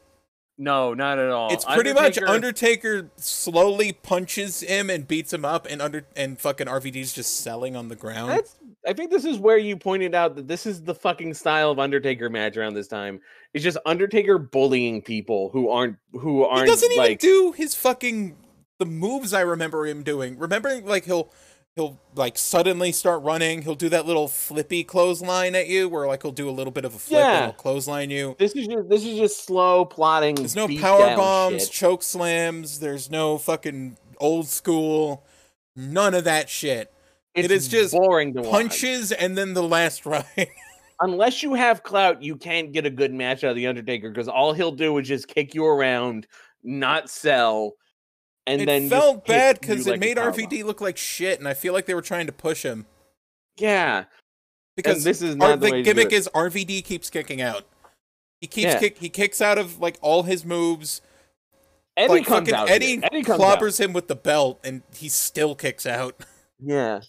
S2: No, not at all.
S1: it's pretty much Undertaker slowly punches him and beats him up, and under and fucking RVD's just selling on the ground.
S2: That's. I think this is where you pointed out that this is the fucking style of Undertaker match around this time. It's just Undertaker bullying people who aren't who aren't
S1: He doesn't even
S2: like
S1: do his fucking the moves I remember him doing. Remember, like he'll he'll like suddenly start running. He'll do that little flippy clothesline at you, where like he'll do a little bit of a flip
S2: Yeah.
S1: and he'll clothesline you.
S2: this is just this is just slow plotting.
S1: There's no
S2: beat
S1: power
S2: down
S1: bombs,
S2: shit.
S1: choke slams. There's no fucking old school. None of that shit. it
S2: It's
S1: is just
S2: boring to watch.
S1: Punches and then the last ride.
S2: Unless you have clout, you can't get a good match out of the Undertaker because all he'll do is just kick you around, not sell, and
S1: it
S2: then just
S1: felt
S2: hit
S1: bad
S2: you
S1: because
S2: like
S1: it
S2: a
S1: made
S2: power
S1: RVD look like shit, and I feel like they were trying to push him
S2: bomb. Yeah,
S1: because
S2: because this is
S1: Ar-
S2: not the,
S1: the,
S2: way to do
S1: gimmick
S2: it.
S1: is RVD keeps kicking out. He keeps
S2: Yeah.
S1: kick. He kicks out of like all his moves.
S2: Eddie
S1: like
S2: comes
S1: fucking
S2: out. here.
S1: Eddie,
S2: Eddie comes out.
S1: clobbers him with the belt, and he still kicks out.
S2: Yeah.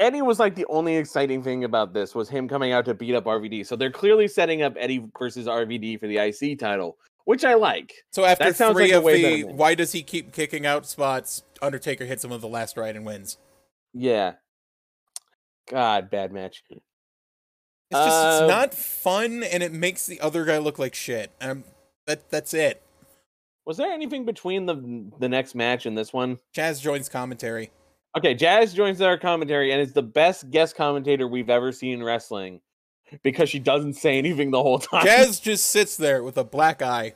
S2: Eddie was like the only exciting thing about this was him coming out to beat up RVD. So they're clearly setting up Eddie versus RVD for the IC title, which I like.
S1: So after
S2: That sounds
S1: three
S2: like a
S1: of
S2: way
S1: the
S2: better match.
S1: why does he keep kicking out spots, Undertaker hits him with the last ride and wins.
S2: Yeah. God, bad match.
S1: It's just
S2: Uh,
S1: it's not fun, and it makes the other guy look like shit. Um, that that's it.
S2: Was there anything between the the next match and this one?
S1: Chaz joins commentary.
S2: Okay, Jazz joins our commentary and is the best guest commentator we've ever seen in wrestling because she doesn't say anything the whole time.
S1: Jazz just sits there with a black eye,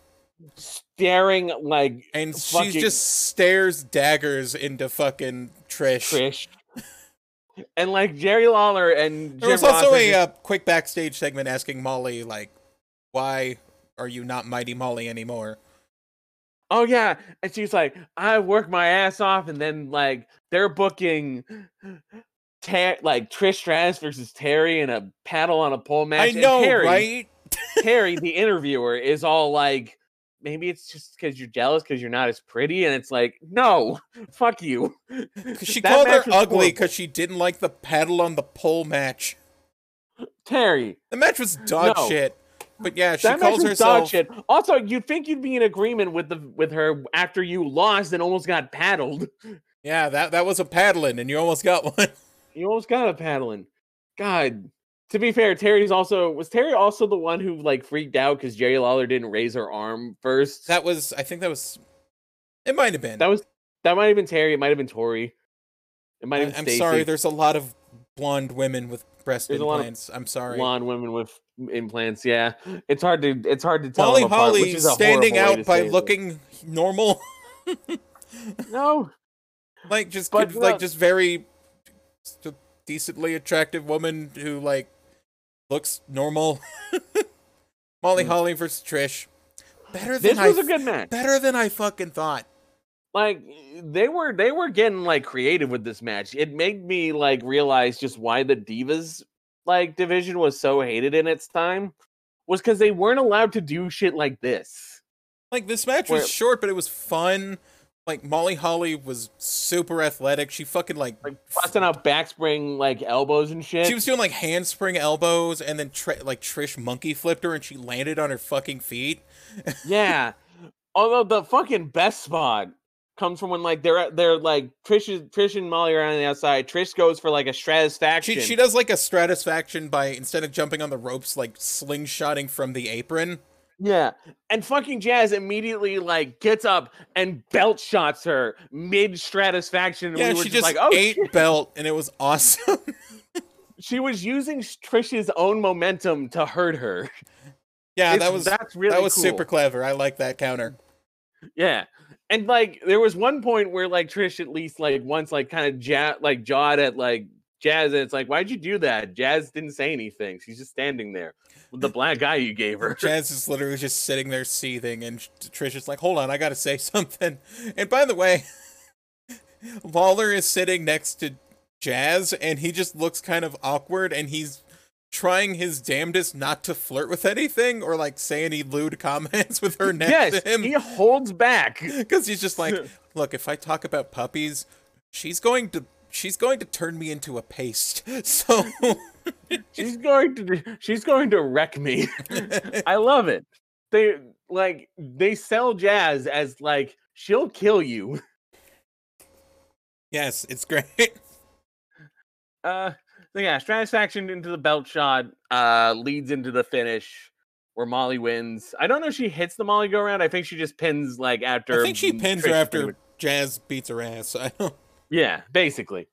S2: staring like
S1: and she
S2: Fucking-
S1: just stares daggers into fucking
S2: Trish. and like Jerry Lawler and Jim
S1: There was
S2: Ross
S1: also
S2: are
S1: a
S2: just-
S1: uh, quick backstage segment asking Molly, like, why are you not Mighty Molly anymore?
S2: oh yeah and she's like i work my ass off and then like they're booking Ter- like trish stratus versus terry in a paddle on a pole match
S1: I
S2: and
S1: know,
S2: terry,
S1: right?
S2: terry the interviewer is all like maybe it's just because you're jealous because you're not as pretty and it's like no fuck you
S1: 'Cause She
S2: That
S1: called her
S2: match was
S1: ugly
S2: horrible.
S1: because she didn't like the paddle on the pole match.
S2: terry
S1: The match was dog
S2: No.
S1: shit. But yeah, she
S2: that
S1: calls
S2: match was dog
S1: herself.
S2: shit. Also, you'd think you'd be in agreement with the with her after you lost and almost got paddled.
S1: Yeah, that that was a paddling, and you almost got one.
S2: You almost got a paddling. God. To be fair, Terry's also was Terry also the one who like freaked out because Jerry Lawler didn't raise her arm first.
S1: That was, I think that was. It might have been.
S2: That was that might have been Terry. It might have been Tori. It might
S1: I,
S2: have been
S1: I'm
S2: Stacey.
S1: sorry. There's a lot of blonde women with breast
S2: There's a lot of
S1: implants. I'm sorry.
S2: blonde women with implants. Yeah, it's hard to it's hard to tell.
S1: Molly
S2: them apart, which
S1: Holly
S2: is a
S1: standing
S2: horrible way to
S1: out by
S2: say this.
S1: looking normal.
S2: No,
S1: like just
S2: But
S1: could,
S2: no-
S1: like just very just a decently attractive woman who like looks normal. Molly
S2: Mm.
S1: Holly versus Trish. Better than
S2: This
S1: I
S2: was a
S1: f-
S2: good match.
S1: better than I fucking thought.
S2: Like they were they were getting like creative with this match. It made me like realize just why the Divas like division was so hated in its time was cuz they weren't allowed to do shit like this.
S1: Like this match was
S2: Where-
S1: short, but it was fun. Like Molly Holly was super athletic. She fucking like,
S2: Like busting out backspring like elbows and shit.
S1: she was doing like handspring elbows, and then tri- like Trish monkey flipped her, and she landed on her fucking feet.
S2: Yeah. Although the fucking best spot comes from when like they're at- they're like Trish is, Trish and Molly are on the outside. Trish goes for like a stratisfaction.
S1: She she does like a stratisfaction by instead of jumping on the ropes, like slingshotting from the apron.
S2: yeah. And fucking Jazz immediately like gets up and belt shots her mid stratisfaction.
S1: yeah,
S2: we were
S1: she
S2: just
S1: just
S2: like, oh,
S1: ate
S2: shit."
S1: belt, and it was awesome.
S2: she was using s- Trish's own momentum to hurt her.
S1: yeah,
S2: It's-
S1: that was
S2: that's really
S1: that was
S2: cool.
S1: super clever. I like that counter.
S2: Yeah. And like there was one point where like Trish at least like once like kind of ja- like jawed at like Jazz and it's like, why'd you do that? Jazz didn't say anything. She's just standing there with the black eye you gave her.
S1: Jazz is literally just sitting there seething, and Trish is like, "Hold on, I gotta say something." And by the way, Lawler is sitting next to Jazz, and he just looks kind of awkward, and he's trying his damnedest not to flirt with anything or like say any lewd comments with her next
S2: yes,
S1: to him
S2: he holds back.
S1: because he's just like, "Look, if I talk about puppies, she's going to." She's going to turn me into a paste. So
S2: She's going to she's going to wreck me. I love it. They like they sell Jazz as like she'll kill you.
S1: yes, it's great.
S2: Uh, so yeah, Stratisfaction into the belt shot, uh, leads into the finish where Molly wins. I don't know if she hits the Molly go round. I think she just pins like after.
S1: I think she
S2: m-
S1: pins her
S2: Trish
S1: after
S2: pretty much-
S1: Jazz beats her ass. I don't.
S2: Yeah, basically.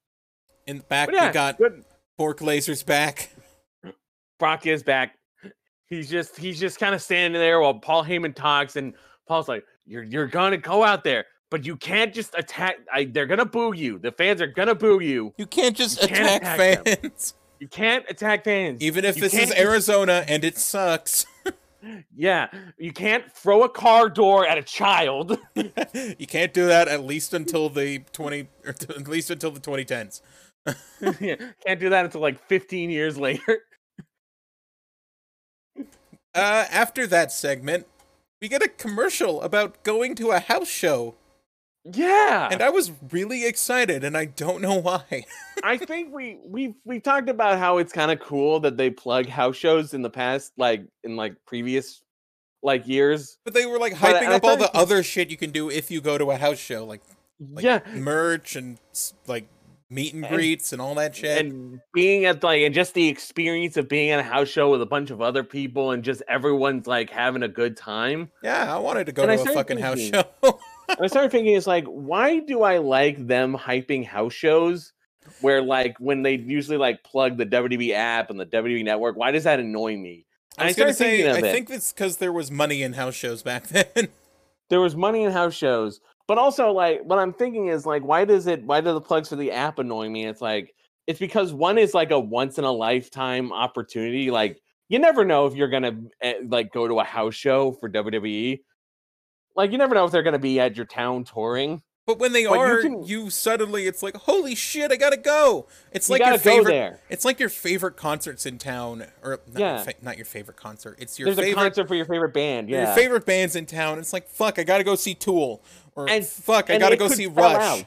S1: In the back,
S2: But yeah,
S1: we got
S2: good.
S1: Bork Laser's back.
S2: Brock is back. He's just he's just kind of standing there while Paul Heyman talks, and Paul's like, "You're you're gonna go out there, but you can't just attack. I, they're gonna boo you. The fans are gonna boo you.
S1: You can't just
S2: You can't
S1: attack,
S2: attack
S1: fans,
S2: You can't attack fans,
S1: even if
S2: You
S1: this is
S2: can't just-
S1: Arizona and it sucks.
S2: Yeah, you can't throw a car door at a child."
S1: you can't do that at least until the twenty, or t- at least until the twenty tens.
S2: yeah, can't do that until like 15 years later.
S1: Uh, after that segment, we get a commercial about going to a house show,
S2: Yeah,
S1: and I was really excited, and I don't know why.
S2: I think we we we talked about how it's kind of cool that they plug house shows in the past, like in like previous like years.
S1: But they were like
S2: But I-
S1: hyping
S2: I
S1: up all
S2: thought
S1: the
S2: it was-
S1: other shit you can do if you go to a house show, like
S2: yeah,
S1: merch and s- like meet and
S2: And-
S1: greets and all that shit.
S2: and being at like and just the experience of being at a house show with a bunch of other people and just everyone's like having a good time.
S1: Yeah, I wanted to go
S2: And
S1: to
S2: I
S1: a
S2: started
S1: fucking house
S2: thinking-
S1: show.
S2: And I started thinking, it's like, why do I like them hyping house shows? Where like when they usually like plug the WWE app and the WWE network, why does that annoy me?
S1: I
S2: I
S1: was gonna
S2: started
S1: say,
S2: thinking
S1: I
S2: of it.
S1: think it's because there was money in house shows back then.
S2: there was money in house shows but also like what i'm thinking is like why does it why do the plugs for the app annoy me it's like it's because one is like a once in a lifetime opportunity like you never know if you're gonna eh, like go to a house show for wwe like you never know if they're gonna be at your town touring
S1: but when they
S2: But you
S1: are, you,
S2: can-
S1: suddenly it's like, holy shit, I gotta go. It's
S2: you
S1: like your
S2: gotta go
S1: favorite.
S2: there
S1: It's like your favorite concerts in town, or not, your
S2: Yeah.
S1: fa- not your favorite concert. It's your
S2: there's a
S1: favorite.
S2: concert for your favorite band yeah
S1: Your favorite bands in town. It's like fuck, I gotta go see Tool, or
S2: And-
S1: fuck, I
S2: and
S1: gotta
S2: it
S1: go
S2: could
S1: see
S2: sell
S1: Rush,
S2: out.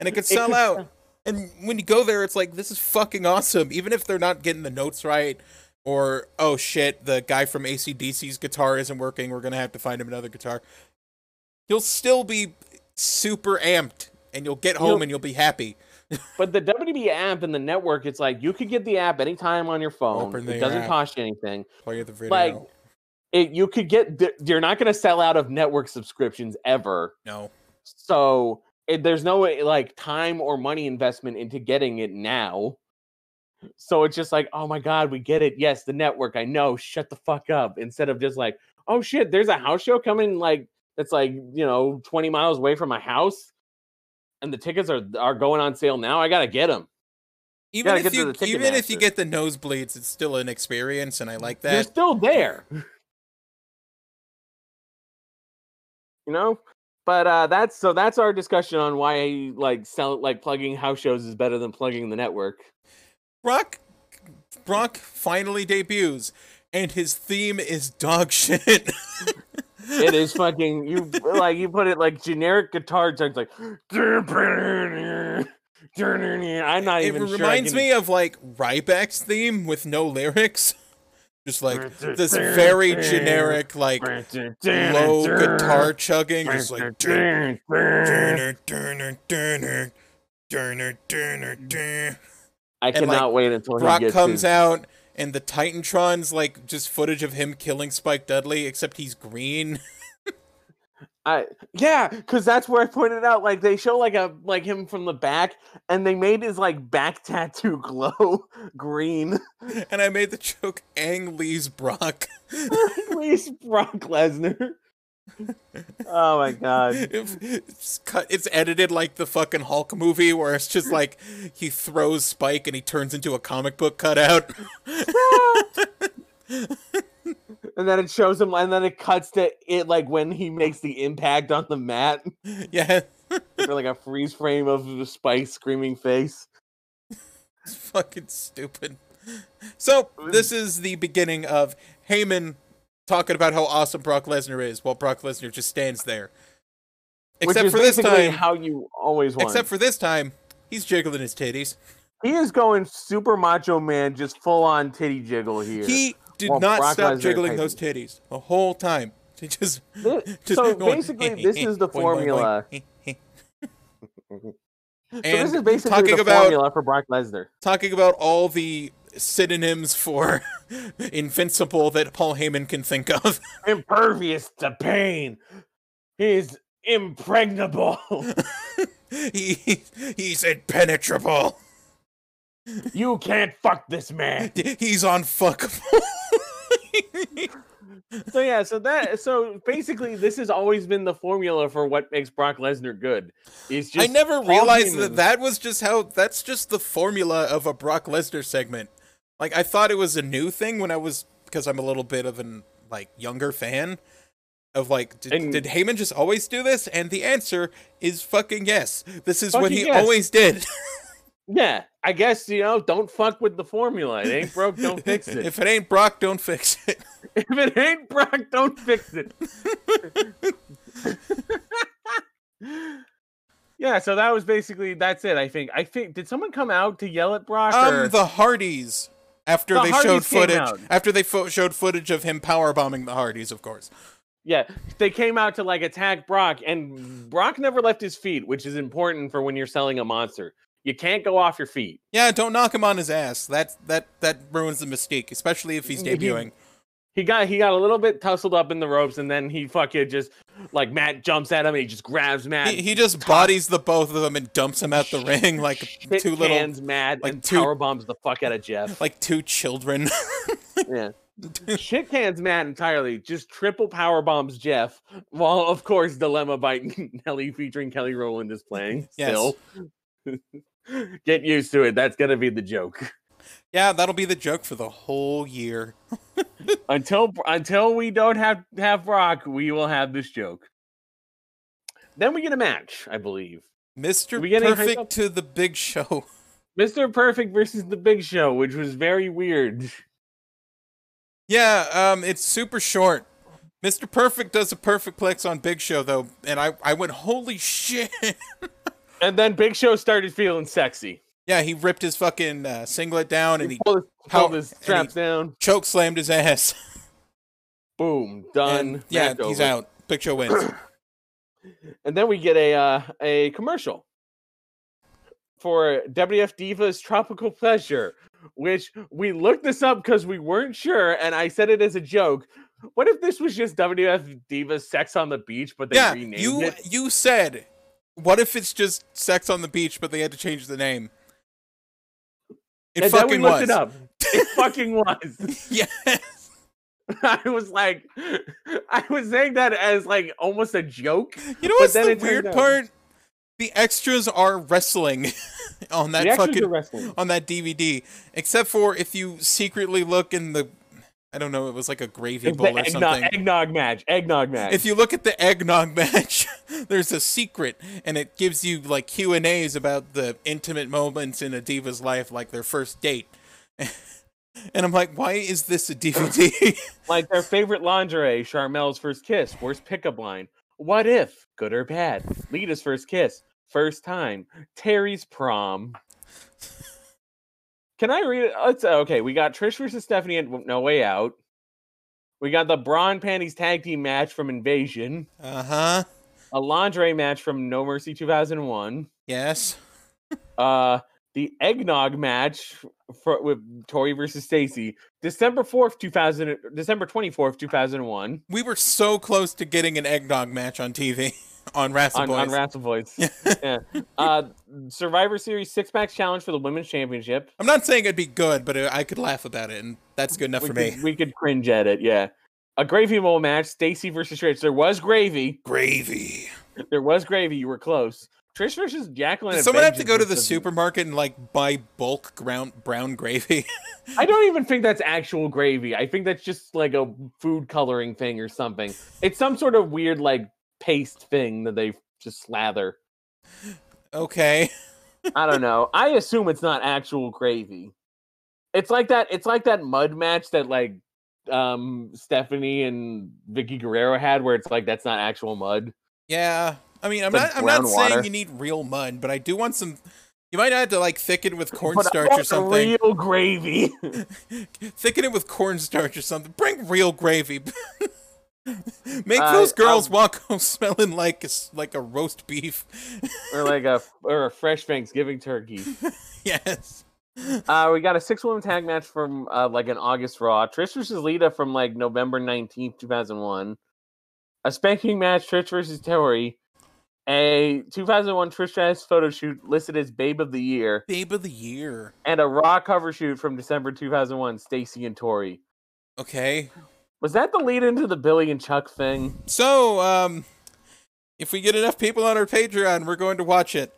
S1: and it could
S2: It
S1: sell
S2: could
S1: out.
S2: sell-
S1: And when you go there, it's like this is fucking awesome. Even if they're not getting the notes right, or oh shit, the guy from ACDC's guitar isn't working. We're gonna have to find him another guitar. You'll still be super amped, and you'll get home
S2: You'll-
S1: and you'll be happy.
S2: But the WWE app and the network, it's like you could get the app anytime on your phone.
S1: Open
S2: It
S1: your
S2: doesn't
S1: app.
S2: cost you anything.
S1: Play the video.
S2: Like, it, you could get th- you're not going to sell out of network subscriptions ever
S1: no,
S2: so it, there's no eh, like time or money investment into getting it now so it's just like oh my god we get it yes the network i know shut the fuck up instead of just like oh shit there's a house show coming like that's like you know 20 miles away from my house and the tickets are are going on sale now i gotta get them
S1: even
S2: gotta
S1: if
S2: get to
S1: you
S2: the
S1: even if you
S2: Ticketmaster.
S1: get the nosebleeds, it's still an experience, and I like
S2: they're
S1: that.
S2: still there you know. But uh, that's so that's our discussion on why like sell like plugging house shows is better than plugging the network.
S1: Brock Brock finally debuts, and his theme is dog shit.
S2: It is fucking you like you put it like generic guitar tones like I'm not
S1: it
S2: even sure I
S1: reminds
S2: can-
S1: me of like Ryback's theme with no lyrics. Just like this very generic, like low guitar chugging, just like "Dun, dun, dun, dun, dun, dun, dun, dun, dun, dun."
S2: I
S1: and, like,
S2: cannot wait until
S1: Brock
S2: he gets
S1: comes
S2: his-
S1: out and the Titantron's like just footage of him killing Spike Dudley, except he's green.
S2: I yeah, because that's where I pointed out. Like they show like a like him from the back, and they made his like back tattoo glow green.
S1: And I made the joke Ang Lee's Brock.
S2: Please, Brock Lesnar. Oh my god.
S1: If- it's cut it's edited like the fucking Hulk movie where it's just like he throws Spike and he turns into a comic book cutout.
S2: And then it shows him, and then it cuts to it like when he makes the impact on the mat
S1: yeah.
S2: for like a freeze frame of the Spike's screaming face.
S1: It's fucking stupid. So this is the beginning of Heyman talking about how awesome Brock Lesnar is while Brock Lesnar just stands there. Except
S2: which
S1: for this
S2: is basically
S1: time
S2: how you always want.
S1: except for this time, he's jiggling his titties.
S2: he is going super macho man, just full on titty jiggle here.
S1: He did
S2: Well,
S1: not
S2: Brock
S1: stop
S2: Lesnar
S1: jiggling
S2: type
S1: those titties the whole time. He just,
S2: Thi-
S1: just
S2: so
S1: going,
S2: basically, this is the
S1: boing, boing, boing.
S2: formula. so
S1: and
S2: this is basically
S1: talking
S2: the
S1: about
S2: formula for Brock Lesnar.
S1: talking about all the synonyms for invincible that Paul Heyman can think of.
S2: Impervious to pain. He's impregnable.
S1: he he's impenetrable.
S2: you can't fuck this man.
S1: He's unfuckable.
S2: So yeah, so that so basically this has always been the formula for what makes Brock Lesnar good. It's
S1: I
S2: just
S1: never
S2: Paul
S1: realized
S2: Heyman.
S1: that that was just how that's just the formula of a Brock Lesnar segment. Like I thought it was a new thing when I was because I'm a little bit of an like younger fan of like did,
S2: And-
S1: did Heyman just always do this? And the answer is fucking yes. This is what
S2: Fucking
S1: he
S2: yes.
S1: always did.
S2: Yeah, I guess you know, don't fuck with the formula. It ain't broke, don't fix it.
S1: if it ain't Brock, don't fix it.
S2: If it ain't Brock, don't fix it. yeah, so that was basically that's it. I think. I think did someone come out to yell at Brock? or-
S1: Um, the Hardys. After
S2: The
S1: they showed
S2: Hardys came out.
S1: footage, after they fo- showed footage of him power bombing the Hardys, of course.
S2: yeah, they came out to like attack Brock, and Brock never left his feet, which is important for when you're selling a monster. You can't go off your feet.
S1: Yeah, don't knock him on his ass. That that that ruins the mystique, especially if he's
S2: He-
S1: debuting.
S2: He got he got a little bit tussled up in the ropes, and then he fucking just like Matt jumps at him and he just grabs Matt.
S1: He, he just bodies the both of them and dumps them out the ring like
S2: hit
S1: two little
S2: cans mad
S1: like
S2: and
S1: two-
S2: power bombs the fuck out of Jeff.
S1: like two children.
S2: yeah. Shit cans mad entirely. Just triple power bombs Jeff. While of course Dilemma by Nelly featuring Kelly Rowland is playing.
S1: Yes.
S2: Still. Get used to it. That's gonna be the joke.
S1: yeah, that'll be the joke for the whole year.
S2: Until until we don't have have Brock, we will have this joke. Then we get a match, I believe.
S1: Mr.
S2: We getting hyped up?
S1: Perfect to the Big Show.
S2: Mr. Perfect versus the Big Show, which was very weird.
S1: Yeah, um, it's super short. Mr. Perfect does a perfect plex on Big Show though, and I I went holy shit.
S2: And then Big Show started feeling sexy.
S1: yeah, he ripped his fucking uh, singlet down and he
S2: Pulled his-
S1: how-
S2: pulled his
S1: and he-
S2: straps down.
S1: choke slammed his ass.
S2: Boom, done.
S1: And yeah,
S2: match
S1: he's
S2: over.
S1: out. Big Show wins.
S2: And then we get a uh, a commercial for WF Diva's Tropical Pleasure, which we looked this up because we weren't sure, and I said it as a joke. What if this was just WF Diva's Sex on the Beach, but they
S1: yeah,
S2: renamed
S1: you
S2: it?
S1: you said, what if it's just sex on the beach, but they had to change the name? It
S2: and then we
S1: fucking
S2: looked
S1: was.
S2: it up. It fucking was.
S1: Yes.
S2: I was like, I was saying that as like almost a joke.
S1: You know what's
S2: then
S1: the
S2: it turned
S1: weird
S2: out-
S1: part? The extras are wrestling on that
S2: The extras are
S1: fucking
S2: wrestling.
S1: on that DVD, except for if you secretly look in the I don't know. It was like a gravy
S2: It's
S1: bowl
S2: the
S1: or
S2: eggnog,
S1: something.
S2: eggnog match. Eggnog match.
S1: If you look at the eggnog match, there's a secret, and it gives you like Q and A's about the intimate moments in a diva's life, like their first date. and I'm like, why is this a DVD?
S2: like their favorite lingerie, Charmel's first kiss, worst pickup line. What if? Good or bad? Lita's first kiss, first time. Terry's prom. Can I read it? Oh, It's, uh, okay, we got Trish versus Stephanie at No Way Out. We got the Braun Panties tag team match from Invasion,
S1: uh huh.
S2: a lingerie match from No Mercy 2001,
S1: Yes.
S2: uh, the eggnog match for, with Tori versus Stacy, December 4th, 2000, December 24th, 2001.
S1: We were so close to getting an eggnog match on TV on Wrestle
S2: on,
S1: Boys.
S2: on Wrestle Boys. yeah. Uh, Survivor Series six pack challenge for the women's championship.
S1: I'm not saying it'd be good, but I could laugh about it, and that's good enough
S2: we
S1: for
S2: could,
S1: me.
S2: we could cringe at it. Yeah. A gravy bowl match, Stacy versus Trish. There was gravy.
S1: Gravy.
S2: There was gravy. You were close. Trish versus Jacqueline.
S1: Does
S2: at
S1: someone have to
S2: Vengeance
S1: go to
S2: was
S1: the supermarket and like buy bulk brown brown gravy?
S2: I don't even think that's actual gravy. I think that's just like a food coloring thing or something. It's some sort of weird like paste thing that they just slather.
S1: okay.
S2: I don't know. I assume it's not actual gravy. It's like that. It's like that mud match that like um Stephanie and Vicky Guerrero had, where it's like that's not actual mud.
S1: Yeah. I mean, I'm
S2: It's like
S1: not. I'm not
S2: brown
S1: saying
S2: water.
S1: you need real mud, but I do want some. You might have to like thicken it with
S2: But I
S1: cornstarch or
S2: want
S1: something.
S2: Real gravy.
S1: thicken it with cornstarch or something. Bring real gravy. Make
S2: Uh,
S1: those girls
S2: um,
S1: walk home smelling like a s like a roast beef.
S2: or like a or a fresh Thanksgiving turkey.
S1: yes.
S2: Uh, we got a six woman tag match from uh, like an August Raw. Trish versus Lita from like November nineteenth, two thousand one. A spanking match, Trish versus Terry. A two thousand one Trish Stratus photo shoot listed as Babe of the Year.
S1: Babe of the year.
S2: and a raw cover shoot from December 2001, Stacy and Tori.
S1: Okay.
S2: Was that the lead into the Billy and Chuck thing?
S1: So, um, if we get enough people on our Patreon, we're going to watch it.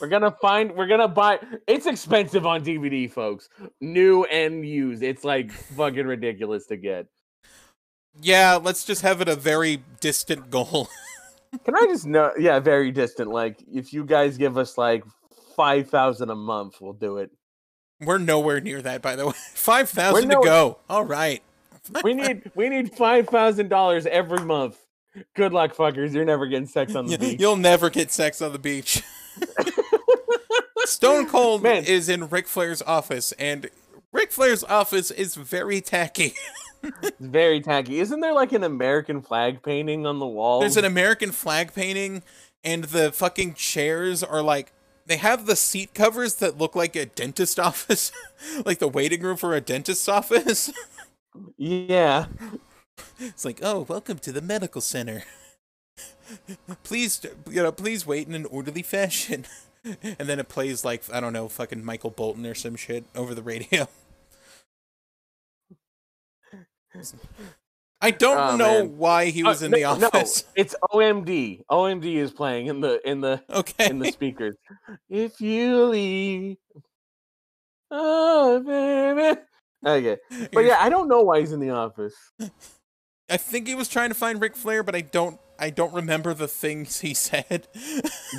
S2: We're gonna find we're gonna buy it's expensive on DVD, folks. New and used. It's like fucking ridiculous to get.
S1: Yeah, let's just have it a very distant goal.
S2: Can I just know yeah, very distant. Like if you guys give us like five thousand a month, we'll do it.
S1: We're nowhere near that, by the way. Five thousand to
S2: nowhere-
S1: go. All right.
S2: We need we need five thousand dollars every month. Good luck, fuckers. You're never getting sex on the
S1: Y-
S2: beach.
S1: You'll never get sex on the beach. Stone Cold
S2: Man.
S1: is in Ric Flair's office, and Ric Flair's office is very tacky.
S2: It's very tacky. Isn't there like an American flag painting on the wall?
S1: There's an American flag painting, and the fucking chairs are like they have the seat covers that look like a dentist office, like the waiting room for a dentist's office.
S2: Yeah.
S1: It's like, oh, welcome to the medical center. please, you know, please wait in an orderly fashion. and then it plays like I don't know, fucking Michael Bolton or some shit over the radio. I don't
S2: Oh,
S1: know
S2: man.
S1: why he was
S2: Uh,
S1: in
S2: no-
S1: the
S2: no,
S1: office.
S2: it's OMD. OMD is playing in the in the
S1: Okay.
S2: in the speakers. if you leave, oh baby. Okay, but yeah, I don't know why he's in the office.
S1: I think he was trying to find Ric Flair, but I don't I don't remember the things he said.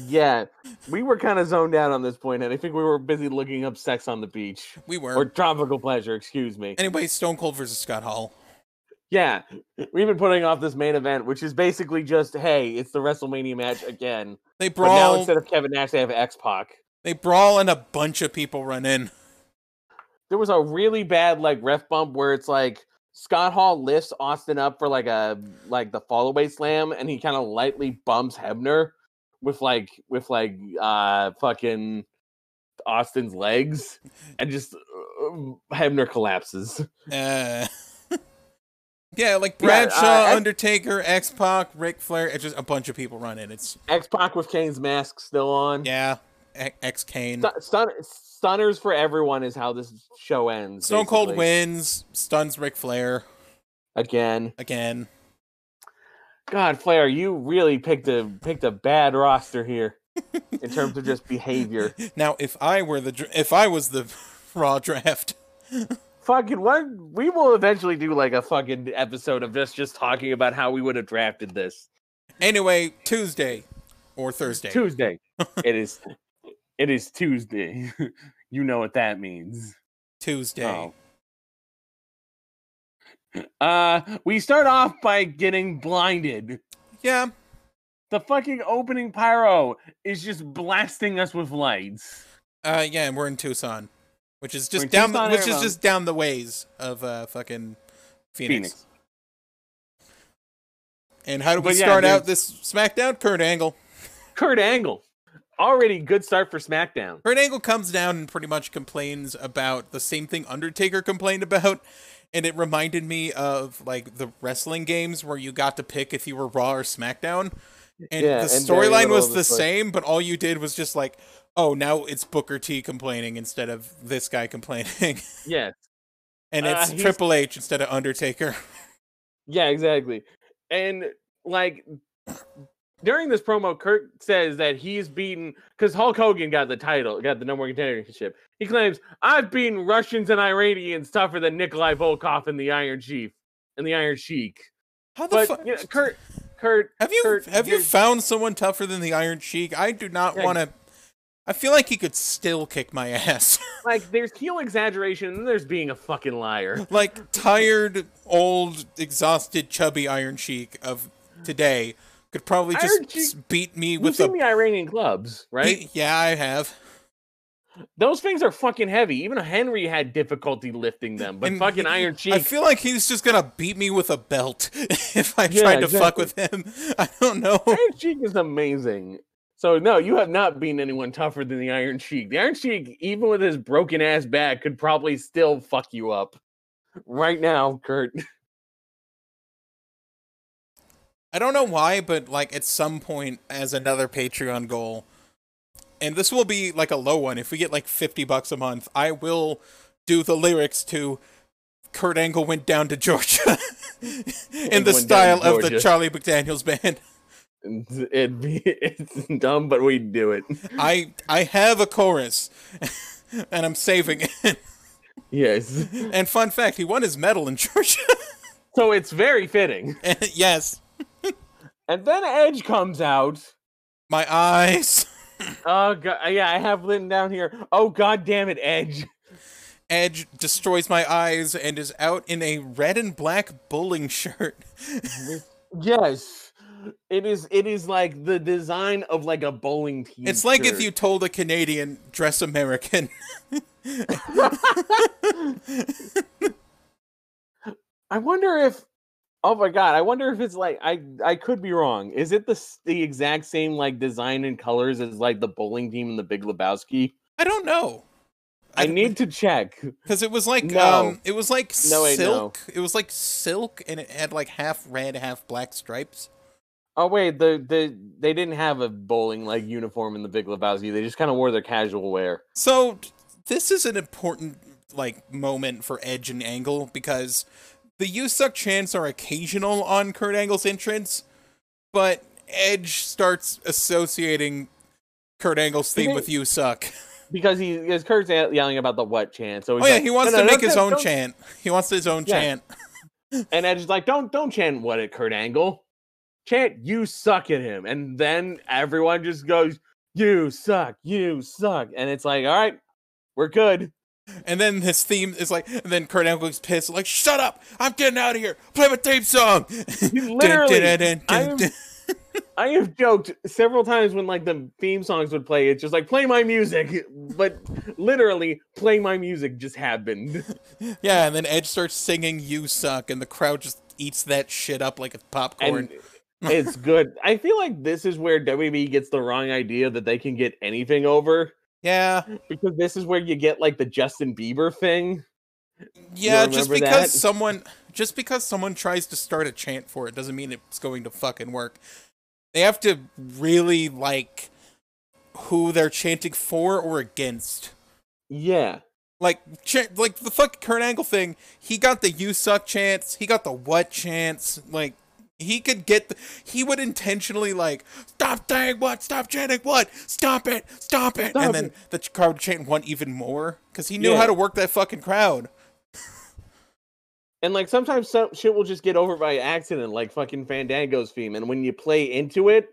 S2: Yeah, we were kind of zoned out on this point, and I think we were busy looking up sex on the beach
S1: we were.
S2: or tropical pleasure. Excuse me.
S1: anyway, Stone Cold versus Scott Hall.
S2: Yeah, we've been putting off this main event, which is basically just hey, it's the WrestleMania match again.
S1: They
S2: But now
S1: brawl
S2: instead of Kevin Nash, they have X Pac.
S1: they brawl and a bunch of people run in.
S2: there was a really bad like ref bump where it's like Scott Hall lifts Austin up for like a like the fallaway slam, and he kind of lightly bumps Hebner with like with like uh fucking Austin's legs, and just uh, Hebner collapses.
S1: Uh, yeah, like
S2: Yeah, uh,
S1: Bradshaw,
S2: X-
S1: Undertaker, X Pac, Ric Flair. It's just a bunch of people run in. It's
S2: X Pac with Kane's mask still on.
S1: yeah, X Kane.
S2: Stu- stun- stunners for everyone is how this show ends.
S1: Stone Cold
S2: basically.
S1: wins, stuns Ric Flair
S2: again.
S1: again.
S2: God, Flair, you really picked a picked a bad roster here in terms of just behavior.
S1: Now, if I were the dr- if I was the Raw draft,
S2: fucking one. We will eventually do like a fucking episode of just just talking about how we would have drafted this
S1: Anyway, Tuesday or Thursday.
S2: Tuesday. it is. It is Tuesday. you know what that means.
S1: Tuesday.
S2: Oh. Uh, we start off by getting blinded.
S1: Yeah.
S2: The fucking opening pyro is just blasting us with lights.
S1: Uh, yeah, and we're in Tucson, which is
S2: We're
S1: just
S2: in
S1: down, the,
S2: Tucson,
S1: which is
S2: Arizona.
S1: just down the ways of uh fucking Phoenix.
S2: Phoenix.
S1: And how do we
S2: But yeah,
S1: start
S2: dude.
S1: out this SmackDown? Kurt Angle.
S2: Kurt Angle. Already good start for SmackDown.
S1: Kurt Angle comes down and pretty much complains about the same thing Undertaker complained about, and it reminded me of like the wrestling games where you got to pick if you were Raw or SmackDown, and
S2: Yeah,
S1: the
S2: and very
S1: storyline
S2: little
S1: was
S2: of
S1: the
S2: it's like-
S1: same, but all you did was just like, oh, now it's Booker T complaining instead of this guy complaining,
S2: Yeah.
S1: and
S2: Uh,
S1: it's
S2: he's-
S1: Triple H instead of Undertaker.
S2: Yeah, exactly. And like during this promo, Kurt says that he's beaten because Hulk Hogan got the title, got the number one contendership. He claims, I've beaten Russians and Iranians tougher than Nikolai Volkov and the Iron Chief and the Iron Sheik.
S1: How the
S2: But
S1: fuck?
S2: you know, Kurt Kurt
S1: have you
S2: Kurt,
S1: have you
S2: you're-
S1: found someone tougher than the Iron Sheik? I do not
S2: Yeah.
S1: want to. I feel like he could still kick my ass.
S2: like there's heel exaggeration and then there's being a fucking liar.
S1: like tired, old, exhausted, chubby Iron Sheik of today could probably just
S2: Iron Sheik-
S1: s- beat me
S2: You've
S1: with a.
S2: seen the Iranian clubs, right?
S1: He- yeah, I have.
S2: Those things are fucking heavy. Even Henry had difficulty lifting them, but
S1: And
S2: fucking Iron
S1: I
S2: Cheek.
S1: feel like he's just gonna beat me with a belt if I
S2: Yeah,
S1: tried to fuck with him. I don't know.
S2: Iron Cheek is amazing. So no, you have not been anyone tougher than the Iron Cheek. The Iron Cheek, even with his broken ass back, could probably still fuck you up. Right now, Kurt.
S1: I don't know why, but like at some point as another Patreon goal, and this will be like a low one. If we get like fifty bucks a month, I will do the lyrics to "Kurt Angle went down to Georgia" in
S2: Angle
S1: the
S2: went down to
S1: style of the
S2: Georgia.
S1: Charlie McDaniel's band.
S2: It'd be it's dumb, but we do it.
S1: I I have a chorus, and I'm saving it.
S2: Yes.
S1: And fun fact, he won his medal in Georgia.
S2: So it's very fitting.
S1: yes,
S2: And then Edge comes out.
S1: my eyes.
S2: Oh god, yeah, I have written down here. Oh god damn it, Edge.
S1: Edge destroys my eyes and is out in a red and black bowling shirt.
S2: Yes. It is it is like the design of like a bowling team.
S1: It's like if
S2: shirt.
S1: you told a Canadian dress American.
S2: I wonder if Oh my god, I wonder if it's like I I could be wrong. Is it the s- the exact same like design and colors as like the bowling team in the Big Lebowski?
S1: I don't know.
S2: I need to check.
S1: because it was like
S2: No.
S1: um, it was like
S2: No, wait, no.
S1: silk. It was like silk, and it had like half red, half black stripes.
S2: Oh wait, the the they didn't have a bowling like uniform in the Big Lebowski. They just kind of wore their casual wear.
S1: So t- this is an important like moment for Edge and Angle because the you suck chants are occasional on Kurt Angle's entrance, but Edge starts associating Kurt Angle's
S2: Do
S1: theme
S2: they- Oh,
S1: with you suck.
S2: because he because Kurt's ye- yelling about the what chant. So he's
S1: Oh yeah,
S2: like,
S1: he wants
S2: "No,
S1: to
S2: no,
S1: make
S2: don't
S1: his
S2: chant-
S1: own
S2: don't-"
S1: chant. He wants his own
S2: Yeah.
S1: chant.
S2: And Edge's like, don't don't chant what at Kurt Angle. Chant you suck at him, and then everyone just goes, you suck, you suck, and it's like, all right, we're good.
S1: And then his theme is like, and then Kurt Angle's pissed, like, shut up! I'm getting out of here! Play my theme song!
S2: He literally, I am-
S1: Dun-dun-dun-dun-dun.
S2: I have joked several times when like the theme songs would play, it's just like play my music, but literally play my music just happened.
S1: yeah, and then Edge starts singing You Suck, and the crowd just eats that shit up like a popcorn.
S2: and it's good. I feel like this is where WWE gets the wrong idea that they can get anything over
S1: yeah,
S2: because this is where you get like the Justin Bieber thing.
S1: yeah, just
S2: remember
S1: because
S2: that?
S1: someone. Just because someone tries to start a chant for it doesn't mean it's going to fucking work. They have to really like who they're chanting for or against.
S2: Yeah.
S1: Like, ch- like the fuck Kurt Angle thing. He got the "you suck" chance. He got the "what" chance. Like, he could get. The- he would intentionally like stop saying what, stop chanting what, stop it, stop it,
S2: Stop
S1: and then the ch- crowd would chant one even more because he knew
S2: Yeah.
S1: how to work that fucking crowd.
S2: And like sometimes some shit will just get over by accident, like fucking Fandango's theme. And when you play into it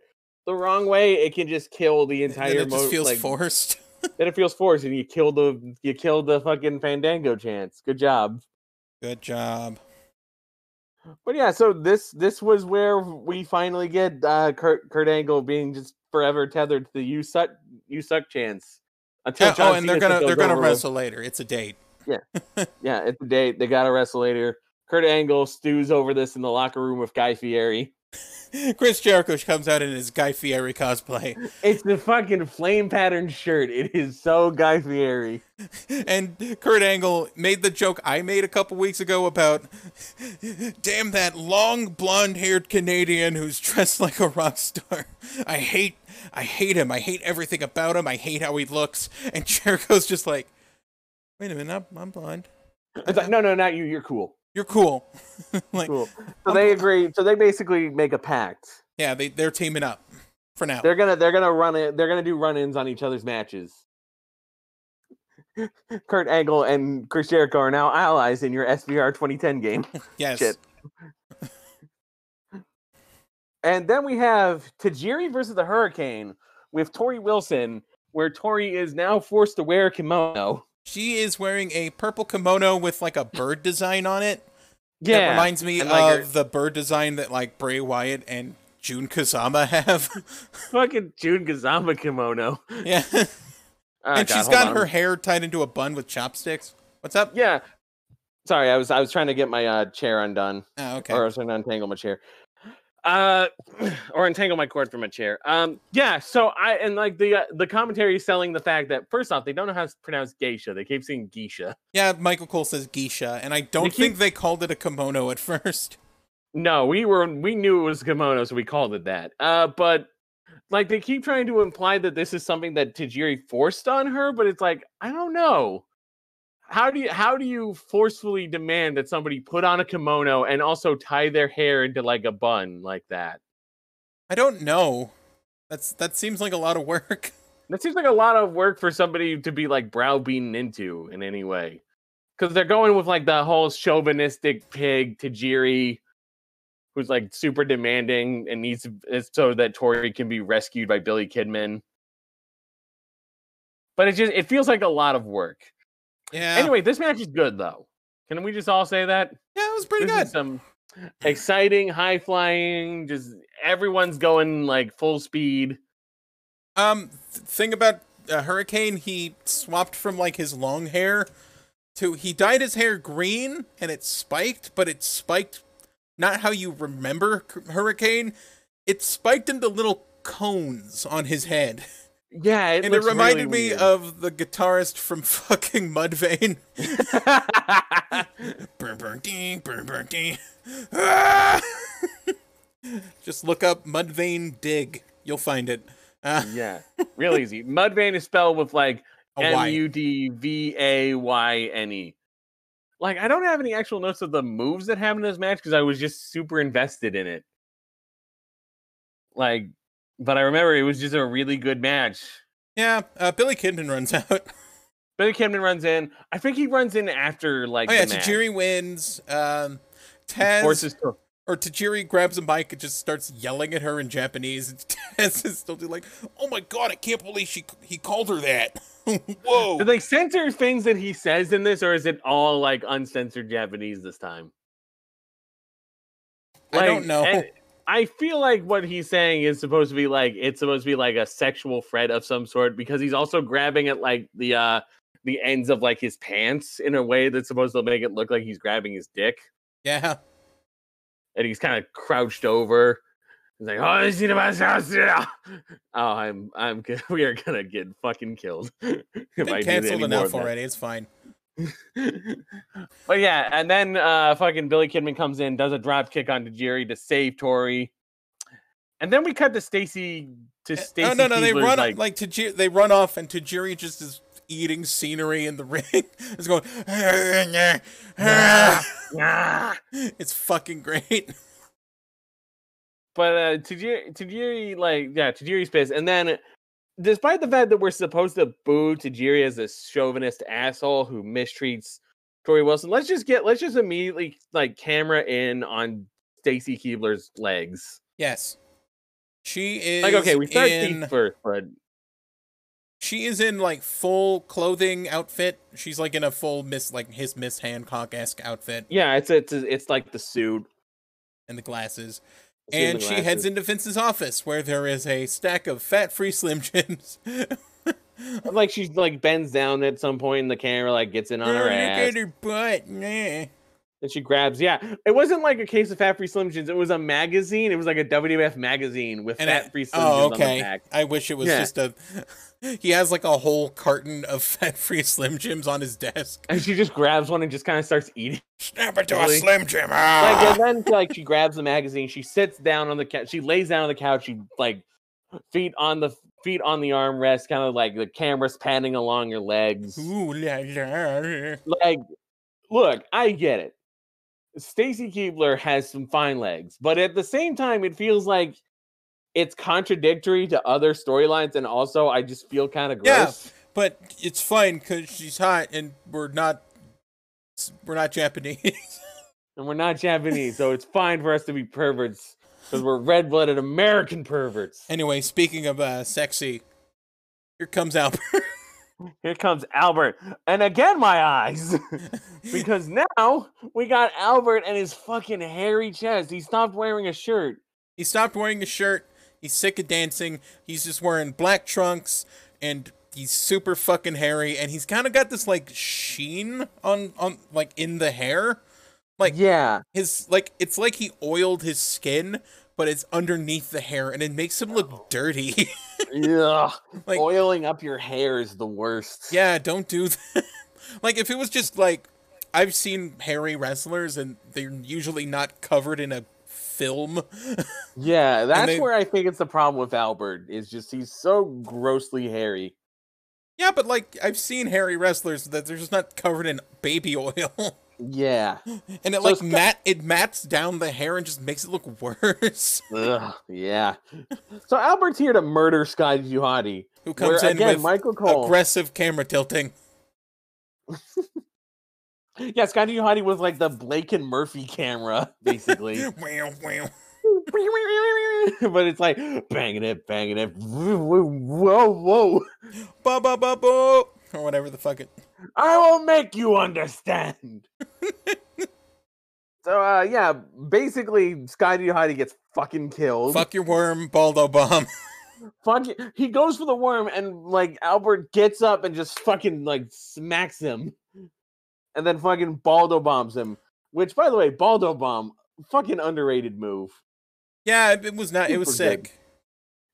S2: the wrong way, it can just kill the
S1: And
S2: entire.
S1: it just
S2: mo-
S1: feels
S2: like,
S1: forced.
S2: Then it feels forced, and you kill the you kill the fucking Fandango chance. Good job.
S1: Good job.
S2: But yeah, so this this was where we finally get uh, Kurt Kurt Angle being just forever tethered to the you suck you suck chance. Until
S1: Yeah,
S2: John
S1: oh, and they're
S2: Cena
S1: gonna
S2: goes
S1: they're gonna
S2: over with-
S1: wrestle later. It's a date.
S2: Yeah, it's a date. They got to wrestle later. Kurt Angle stews over this in the locker room with Guy Fieri.
S1: Chris Jericho comes out in his Guy Fieri cosplay,
S2: It's the fucking flame pattern shirt. It is so Guy Fieri.
S1: and Kurt Angle made the joke I made a couple weeks ago about, damn that long blonde-haired Canadian who's dressed like a rock star. I hate, I hate him. I hate everything about him. I hate how he looks. And Jericho's just like, wait a minute, I'm, I'm blind.
S2: It's like, no, no, not you. You're cool.
S1: You're cool. like,
S2: Cool. So they agree. So they basically make a pact.
S1: yeah, they they're teaming up for now.
S2: They're gonna they're gonna run it. They're gonna do run-ins on each other's matches. Kurt Angle and Chris Jericho are now allies in your SBR 2010 game.
S1: yes.
S2: shit. And then we have Tajiri versus the Hurricane with Tori Wilson, where Tori is now forced to wear a kimono.
S1: She is wearing a purple kimono with like a bird design on it. That
S2: Yeah.
S1: reminds me
S2: and, like,
S1: of the bird design that like Bray Wyatt and June Kazama have.
S2: fucking June Kazama kimono.
S1: yeah.
S2: Oh,
S1: and
S2: God,
S1: she's
S2: hold
S1: got
S2: on.
S1: her hair tied into a bun with chopsticks. What's up?
S2: Yeah. Sorry, I was I was trying to get my uh, chair undone,
S1: Oh, okay.
S2: or I was trying to untangle my chair, uh, or untangle my cord from a chair. Um, yeah. So I and like the uh, the commentary is selling the fact that first off, they don't know how to pronounce geisha. They keep saying geisha.
S1: yeah, Michael Cole says geisha, and I don't
S2: They keep-
S1: think they called it a kimono at first.
S2: No, we were we knew it was kimono, so we called it that. Uh, but like they keep trying to imply that this is something that Tajiri forced on her, but it's like I don't know. How do you how do you forcefully demand that somebody put on a kimono and also tie their hair into like a bun like that?
S1: I don't know. That's that seems like a lot of work.
S2: That seems like a lot of work for somebody to be like browbeaten into in any way. Because they're going with like the whole chauvinistic pig Tajiri, who's like super demanding and needs to- it's so that Tori can be rescued by Billy Kidman. But it just it feels like a lot of work.
S1: Yeah.
S2: Anyway, this match is good though. Can we just all say that?
S1: yeah, it was pretty
S2: this
S1: good.
S2: Is some exciting, high flying, just everyone's going like full speed.
S1: Um, th- thing about uh, Hurricane, he swapped from like his long hair to he dyed his hair green and it spiked, but it spiked not how you remember C- Hurricane. It spiked into little cones on his head,
S2: Yeah, it
S1: and it
S2: looks
S1: reminded
S2: really
S1: me
S2: weird.
S1: of the guitarist from fucking Mudvayne. burn, burn, ding, burn, burn, ding. Ah! Just look up Mudvayne dig, you'll find it. Uh,
S2: yeah, real easy. Mudvayne is spelled with like
S1: a Y.
S2: M U D V A Y N E. Like, I don't have any actual notes of the moves that happened in this match because I was just super invested in it. Like, but I remember it was just a really good match.
S1: Yeah, uh, Billy Kidman runs out.
S2: Billy Kidman runs in. I think he runs in after like
S1: oh yeah,
S2: the match.
S1: Tajiri wins. Um, Taz
S2: Forces to-
S1: or Tajiri grabs a mic and just starts yelling at her in Japanese. And Taz is still like, "Oh my god, I can't believe she he called her that."
S2: Do
S1: Whoa.
S2: they censor things that he says in this, or is it all like uncensored Japanese this time?
S1: I don't know.
S2: and I feel like what he's saying is supposed to be like it's supposed to be like a sexual threat of some sort because he's also grabbing at like the uh the ends of like his pants in a way that's supposed to make it look like he's grabbing his dick
S1: yeah,
S2: and he's kind of crouched over. He's like, "Oh, this is my house now." Oh, I'm I'm g- we are gonna get fucking killed. if I
S1: they
S2: do
S1: canceled
S2: any more of
S1: enough
S2: that.
S1: already. It's fine.
S2: but yeah, and then uh fucking Billy Kidman comes in, does a drop kick on Jerry to save Tori. And then we cut to Stacy to Stacy.
S1: oh no, no, they
S2: Keibler's,
S1: run
S2: like,
S1: like, like Tajiri, they run off, and Tajiri just is eating scenery in the ring. it's going.
S2: "Ah."
S1: it's fucking great.
S2: But uh Tajiri, Tajiri like yeah, Tajiri's pissed. And then despite the fact that we're supposed to boo Tajiri as a chauvinist asshole who mistreats Tori Wilson. Let's just get let's just immediately like camera in on Stacy Keebler's legs.
S1: Yes. She is
S2: Like okay, we start
S1: in
S2: feet first, but
S1: she is in like full clothing outfit. She's like in a full Miss like his Miss Hancock esque outfit
S2: yeah, it's it's it's like the suit.
S1: and the glasses.
S2: the suit
S1: And
S2: the
S1: she heads
S2: glasses.
S1: into Vince's office where there is a stack of fat free Slim Jims.
S2: like she like bends down at some point and the camera like gets in on her
S1: Look
S2: ass
S1: at her butt. Yeah.
S2: and she grabs yeah it wasn't like a case of fat free slim jims it was a magazine it was like a wwf magazine with
S1: And I-
S2: fat free slim
S1: Oh,
S2: jims on the
S1: okay.
S2: back
S1: I wish it was
S2: Yeah.
S1: just a. He has like a whole carton of fat free Slim Jims on his desk.
S2: and she just grabs one and just kind of starts eating
S1: Snap into a
S2: Really?
S1: Slim Jim.
S2: like
S1: ah!
S2: and then like she grabs the magazine she sits down on the couch she lays down on the couch she like feet on the feet on the armrest kind of like the camera's panning along your legs
S1: Ooh la la.
S2: like look i get it stacy keebler has some fine legs but at the same time it feels like it's contradictory to other storylines and also i just feel kind of
S1: Yeah.
S2: gross
S1: But it's fine because she's hot and we're not. We're not Japanese.
S2: and we're not japanese so it's fine for us to be perverts because we're red-blooded american perverts
S1: anyway, speaking of uh, sexy, here comes Albert.
S2: here comes albert and again my eyes because now we got albert and his fucking hairy chest he stopped wearing a shirt
S1: He stopped wearing a shirt. He's sick of dancing. He's just wearing black trunks and he's super fucking hairy and he's kind of got this like sheen on on like in the hair. Like-
S2: yeah
S1: His like it's like he oiled his skin but it's underneath the hair and it makes him look dirty.
S2: Yeah,
S1: Like-
S2: oiling up your hair is the worst.
S1: yeah, don't do that. like if it was just like I've seen hairy wrestlers and they're usually not covered in a film.
S2: yeah, that's
S1: they-
S2: where I think it's the problem with Albert is just he's so grossly hairy.
S1: yeah, but like I've seen hairy wrestlers that they're just not covered in baby oil.
S2: Yeah,
S1: And it
S2: So
S1: like
S2: Scott-
S1: mat it mats down the hair and just makes it look worse.
S2: Ugh, yeah. So Albert's here to murder Sky Juhadi.
S1: Who
S2: Where
S1: comes in
S2: again,
S1: with
S2: Michael Cole.
S1: aggressive camera tilting?
S2: yeah, Sky Juhadi was like the Blake and Murphy camera, basically.
S1: Wow, wow.
S2: but it's like banging it, banging it. Whoa, whoa, whoa!
S1: Ba ba ba bo or whatever the fuck it.
S2: I will make you understand. so uh yeah, basically Sky Duhati gets fucking killed.
S1: Fuck your worm, Baldo bomb.
S2: Fuck it. he goes for the worm and like Albert gets up and just fucking like smacks him. And then fucking Baldo bombs him. Which by the way, Baldo bomb, fucking underrated move.
S1: yeah, it it was not. It was
S2: Super good.
S1: sick.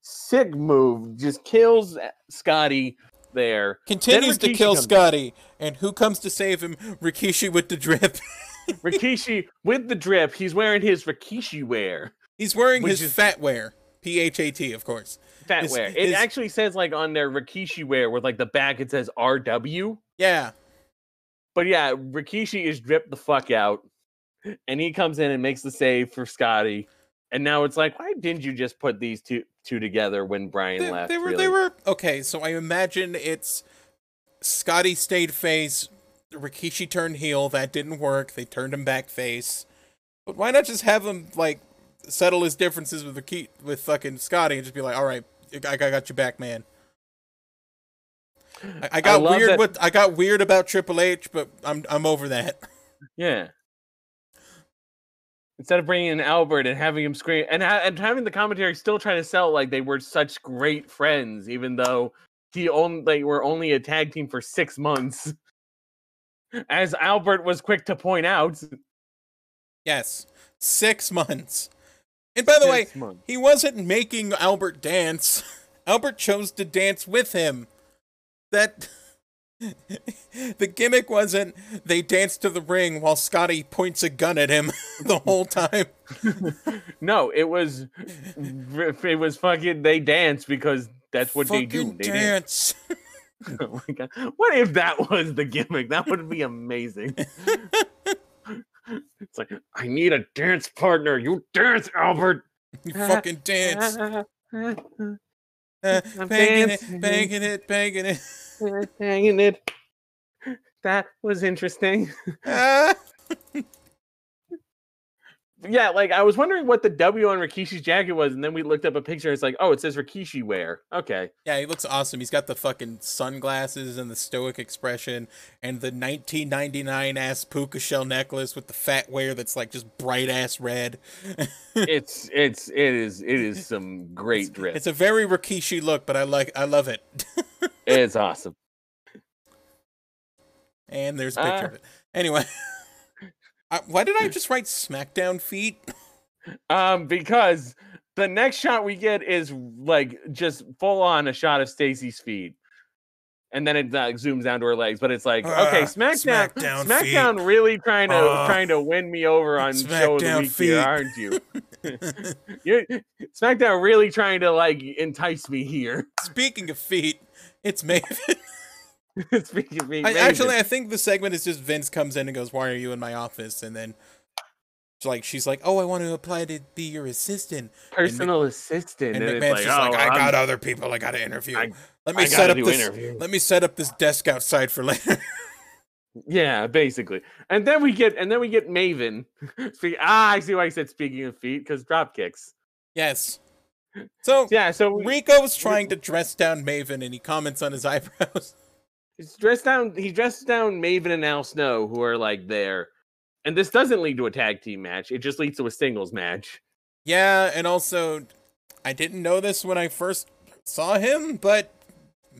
S2: Sick move. Just kills uh, Scotty there.
S1: Continues to
S2: Rikishi
S1: kill
S2: comes in.
S1: Scotty, and who comes to save him? Rikishi with the drip.
S2: Rikishi with the drip. He's wearing his Rikishi wear.
S1: He's wearing
S2: Which
S1: his
S2: is-
S1: fat wear, P H A T, of course.
S2: Fat
S1: Is-
S2: wear. It
S1: is-
S2: actually says like on their Rikishi wear with like the back it says RW.
S1: Yeah,
S2: But yeah, Rikishi is dripped the fuck out. And he comes in and makes the save for Scotty. And now it's like, why didn't you just put these two two together when Brian
S1: they,
S2: left?
S1: they were.
S2: really?
S1: They were okay. So I imagine it's Scotty stayed face. Rikishi turned heel. That didn't work. They turned him back face. But why not just have him like settle his differences with Riki- with fucking Scotty and just be like, all right, I, I got you back, man. I, I got
S2: love
S1: weird
S2: that-
S1: with I got weird about Triple H, but I'm I'm over that.
S2: Yeah. Instead of bringing in Albert and having him scream and ha- and having the commentary still trying to sell like they were such great friends, even though he only they were only a tag team for six months. As Albert was quick to point out.
S1: Yes, six months. And by the way,
S2: six months.
S1: He wasn't making Albert dance. Albert chose to dance with him. That the gimmick wasn't they dance to the ring while Scotty points a gun at him the whole time.
S2: no, it was r- it was fucking they dance because that's what they do.
S1: Fucking
S2: They dance.
S1: dance.
S2: Oh my God. What if that was the gimmick? That would be amazing. it's like, I need a dance partner. You dance, Albert.
S1: You fucking dance.
S2: I'm
S1: Uh, banging it,
S2: dancing.
S1: banging it, banging it.
S2: Hanging it. that was interesting.
S1: Ah,
S2: yeah, like I was wondering what the W on Rikishi's jacket was, and then we looked up a picture. and It's like, oh, it says Rikishi wear. Okay,
S1: yeah, he looks awesome. He's got the fucking sunglasses and the stoic expression and the 1999 ass puka shell necklace with the fat wear that's like just bright ass red.
S2: it's it's it is it is some great drip. It's,
S1: It's a very Rikishi look, but I like I love it.
S2: awesome.
S1: And there's a picture
S2: Uh.
S1: of it. Anyway, I, why did I just write SmackDown feet?
S2: Um, because the next shot we get is like just full on a shot of Stacy's feet. And then it uh, zooms down to her legs, but it's like, okay,
S1: Ah,
S2: SmackDown,
S1: SmackDown
S2: SmackDown,
S1: feet.
S2: really trying to
S1: Ah,
S2: trying to win me over on show of the
S1: SmackDown
S2: week here,
S1: feet.
S2: aren't you? You're, SmackDown really trying to like entice me here.
S1: Speaking of feet, it's Maven.
S2: Speaking of me,
S1: I,
S2: Raven.
S1: actually, I think the segment is just Vince comes in and goes, "Why are you in my office?" And then, it's like, she's like, "Oh, I want to apply to be your assistant."
S2: personal assistant,
S1: And
S2: and,
S1: McMahon's
S2: it's like,
S1: just
S2: oh,
S1: like, "I
S2: I'm-
S1: got other people. I got to interview.
S2: I-
S1: let
S2: I
S1: me
S2: gotta
S1: set up
S2: do
S1: this.
S2: interview."
S1: Let me set up this desk outside for later."
S2: Yeah, basically. And then we get and then we get Maven. Spe- ah, I see why you said speaking of feet, because drop kicks.
S1: yes. So
S2: Yeah, so we,
S1: Rico was trying to dress down Maven, and he comments on his eyebrows.
S2: he's dressed down he dresses down Maven and Al Snow, who are like there. And this doesn't lead to a tag team match, it just leads to a singles match.
S1: Yeah, and also, I didn't know this when I first saw him, but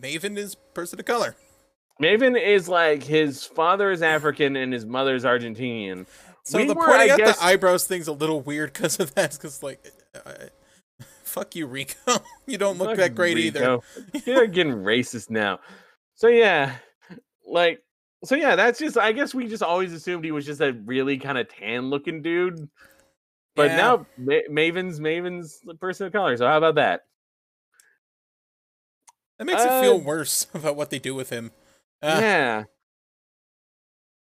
S1: Maven is person of color.
S2: Maven is like his father is African and his mother's Argentinian.
S1: So
S2: We
S1: the
S2: were,
S1: pointing
S2: I
S1: out
S2: guess-
S1: the eyebrows thing's a little weird because of that. Because like, uh, fuck you, Rico. you don't look that
S2: Fucking
S1: great either.
S2: Rico. You're getting racist now. So yeah, like so yeah, that's just I guess we just always assumed he was just a really kind of tan looking dude. But
S1: Yeah.
S2: now Ma- Maven's Maven's a person of color. So how about that?
S1: That makes it feel
S2: Uh,
S1: worse about what they do with him. Uh,
S2: yeah.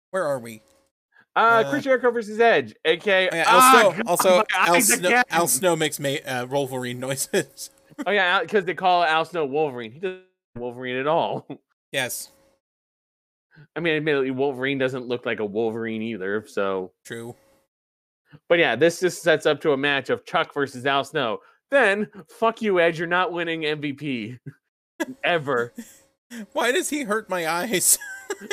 S1: Where are we?
S2: Uh,
S1: uh,
S2: Chris Jericho versus Edge, aka
S1: Oh, yeah,
S2: Ah,
S1: Al Snow.
S2: God,
S1: also,
S2: my
S1: Al
S2: eyes
S1: Snow,
S2: again.
S1: Al Snow makes ma- uh, Wolverine noises.
S2: Oh yeah, because they call Al Snow Wolverine. He doesn't look Wolverine at all.
S1: yes,
S2: I mean, admittedly, Wolverine doesn't look like a Wolverine either. So
S1: true.
S2: But yeah, this just sets up to a match of Chuck versus Al Snow. Then, fuck you, Edge, you're not winning MVP ever.
S1: Why does he hurt my eyes?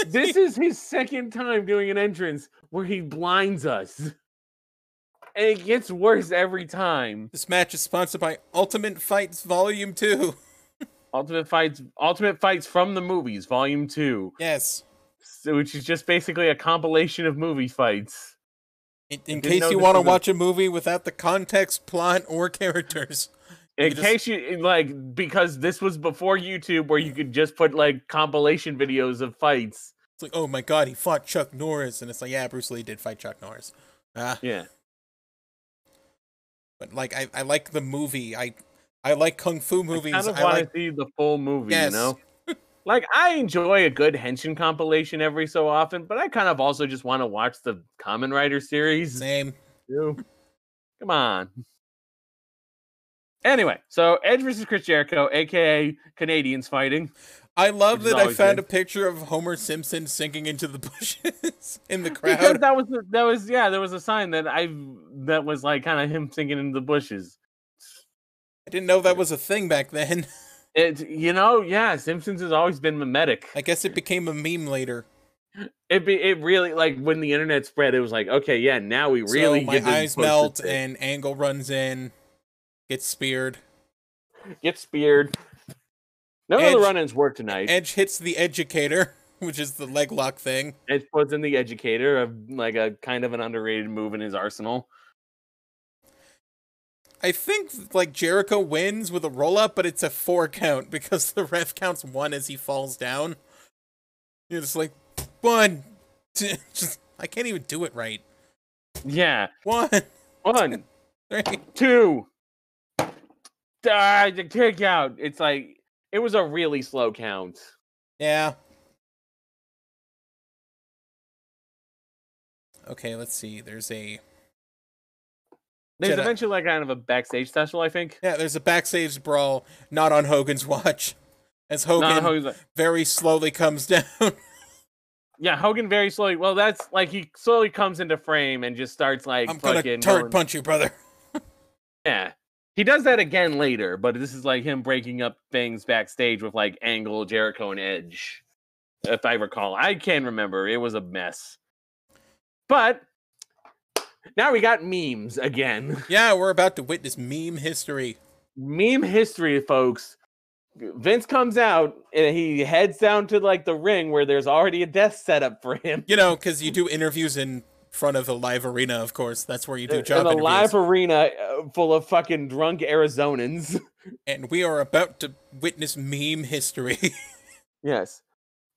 S2: this is his second time doing an entrance where he blinds us. And it gets worse every time.
S1: this match is sponsored by Ultimate Fights Volume Two.
S2: Ultimate Fights Ultimate Fights from the movies, volume 2,
S1: Yes.
S2: so- which is just basically a compilation of movie fights.
S1: In, in
S2: didn't
S1: case
S2: know
S1: you
S2: this
S1: want to
S2: was a-
S1: watch a movie without the context, plot, or characters.
S2: In
S1: You just-
S2: case you like, because this was before YouTube where you could just put like compilation videos of fights.
S1: It's like, oh my god, he fought Chuck Norris, and it's like, yeah, Bruce Lee did fight Chuck Norris. Ah,
S2: Yeah.
S1: but like, I, I like the movie. I I like kung fu movies.
S2: kind of
S1: I
S2: want
S1: like
S2: to see the full movie,
S1: Yes.
S2: you know? like I enjoy a good henshin compilation every so often, but I kind of also just want to watch the Common Rider series.
S1: same.
S2: too. Come on. Anyway, so Edge versus Chris Jericho, aka Canadians fighting.
S1: I love
S2: Which is
S1: that I
S2: always
S1: found
S2: good.
S1: a picture of Homer Simpson sinking into the bushes in the
S2: Because
S1: crowd.
S2: that was the- that was yeah, there was a sign that I that was like kind of him sinking into the bushes.
S1: I didn't know that was a thing back then.
S2: It you know, yeah, Simpsons has always been mimetic.
S1: I guess it became a meme later.
S2: It be it really like when the internet spread, it was like, okay, yeah, now we really
S1: so my
S2: get to
S1: eyes
S2: post this
S1: melt,
S2: thing.
S1: and Angle runs in, gets speared.
S2: get speared. None of
S1: Edge-
S2: the run-ins work tonight.
S1: Edge hits the educator, which is the leg lock thing.
S2: Edge puts in the educator of like a kind of an underrated move in his arsenal.
S1: I think like Jericho wins with a roll up, but it's a four count because the ref counts one as he falls down. You're just like one, two, just I can't even do it right.
S2: Yeah,
S1: One,
S2: one,
S1: three.
S2: two. Ah, the kick out. It's like it was a really slow count.
S1: Yeah. Okay, let's see. There's a
S2: There's
S1: Should I-
S2: eventually like kind of a backstage special, I think.
S1: yeah. There's a backstage brawl, not on Hogan's watch, as
S2: No,
S1: Hogan
S2: no, he's like-
S1: very slowly comes down.
S2: Yeah, Hogan very slowly. Well, that's like he slowly comes into frame and just starts like
S1: I'm gonna
S2: fucking
S1: turd
S2: going-
S1: punch you, brother.
S2: Yeah. He does that again later, but this is like him breaking up things backstage with like Angle, Jericho, and Edge. If I recall, I can remember. It was a mess. But now we got memes again.
S1: Yeah, we're about to witness meme history.
S2: Meme history, folks. Vince comes out and he heads down to like the ring where there's already a death set up for him.
S1: You know, because you do interviews in front of a live arena, of course. That's where you do
S2: In
S1: job
S2: a
S1: interviews.
S2: live arena uh, full of fucking drunk Arizonans.
S1: and we are about to witness meme history.
S2: Yes.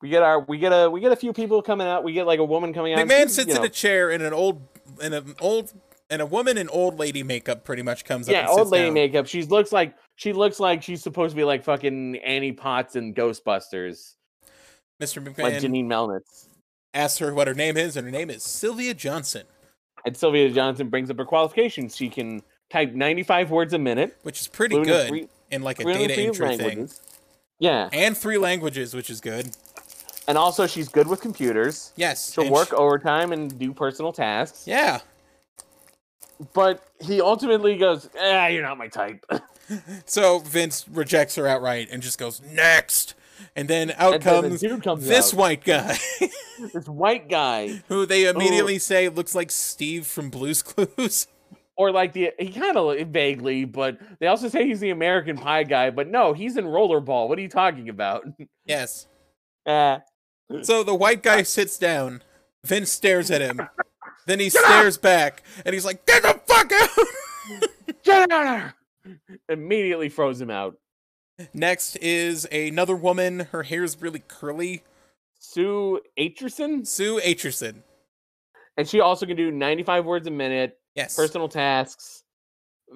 S2: We get our we get a we get a few people coming out. We get like a woman coming out.
S1: McMahon
S2: she's,
S1: sits
S2: you
S1: in
S2: know-
S1: a chair in an old in an old and a woman in old lady makeup pretty much comes up.
S2: yeah,
S1: and
S2: old
S1: sits
S2: lady
S1: down.
S2: makeup. She looks like she looks like she's supposed to be like fucking Annie Potts and Ghostbusters,
S1: Mr.
S2: like
S1: McMahon
S2: Janine Melnitz.
S1: asks her what her name is, and her name is Sylvia Johnson,
S2: And Sylvia Johnson brings up her qualifications. She can type ninety five words a minute.
S1: which is pretty
S2: fluent in
S1: good
S2: three-
S1: in like a
S2: fluent in
S1: data
S2: three
S1: entry thing,
S2: languages. Yeah,
S1: and three languages, which is good.
S2: and also she's good with computers.
S1: Yes,
S2: She'll
S1: and
S2: work
S1: sh-
S2: overtime and do personal tasks.
S1: yeah,
S2: But he ultimately goes, "Ah, you're not my type."
S1: So Vince rejects her outright and just goes next, and then out
S2: And then the
S1: comes
S2: dude comes
S1: this
S2: out,
S1: white guy,
S2: this white guy.
S1: who they immediately say looks like Steve from Blue's Clues.
S2: or like the he kind of vaguely, but they also say he's the American Pie guy, but no, he's in Rollerball. What are you talking about?
S1: yes.
S2: Uh,
S1: So the white guy sits down. Vince stares at him. Then he stares back, and he's like, "Get the fuck out!"
S2: "Get out of here!" Immediately froze him out.
S1: Next is another woman. Her hair's really curly.
S2: Sue Aitchison,
S1: Sue Aitchison.
S2: and she also can do 95 words a minute,
S1: Yes.
S2: personal tasks.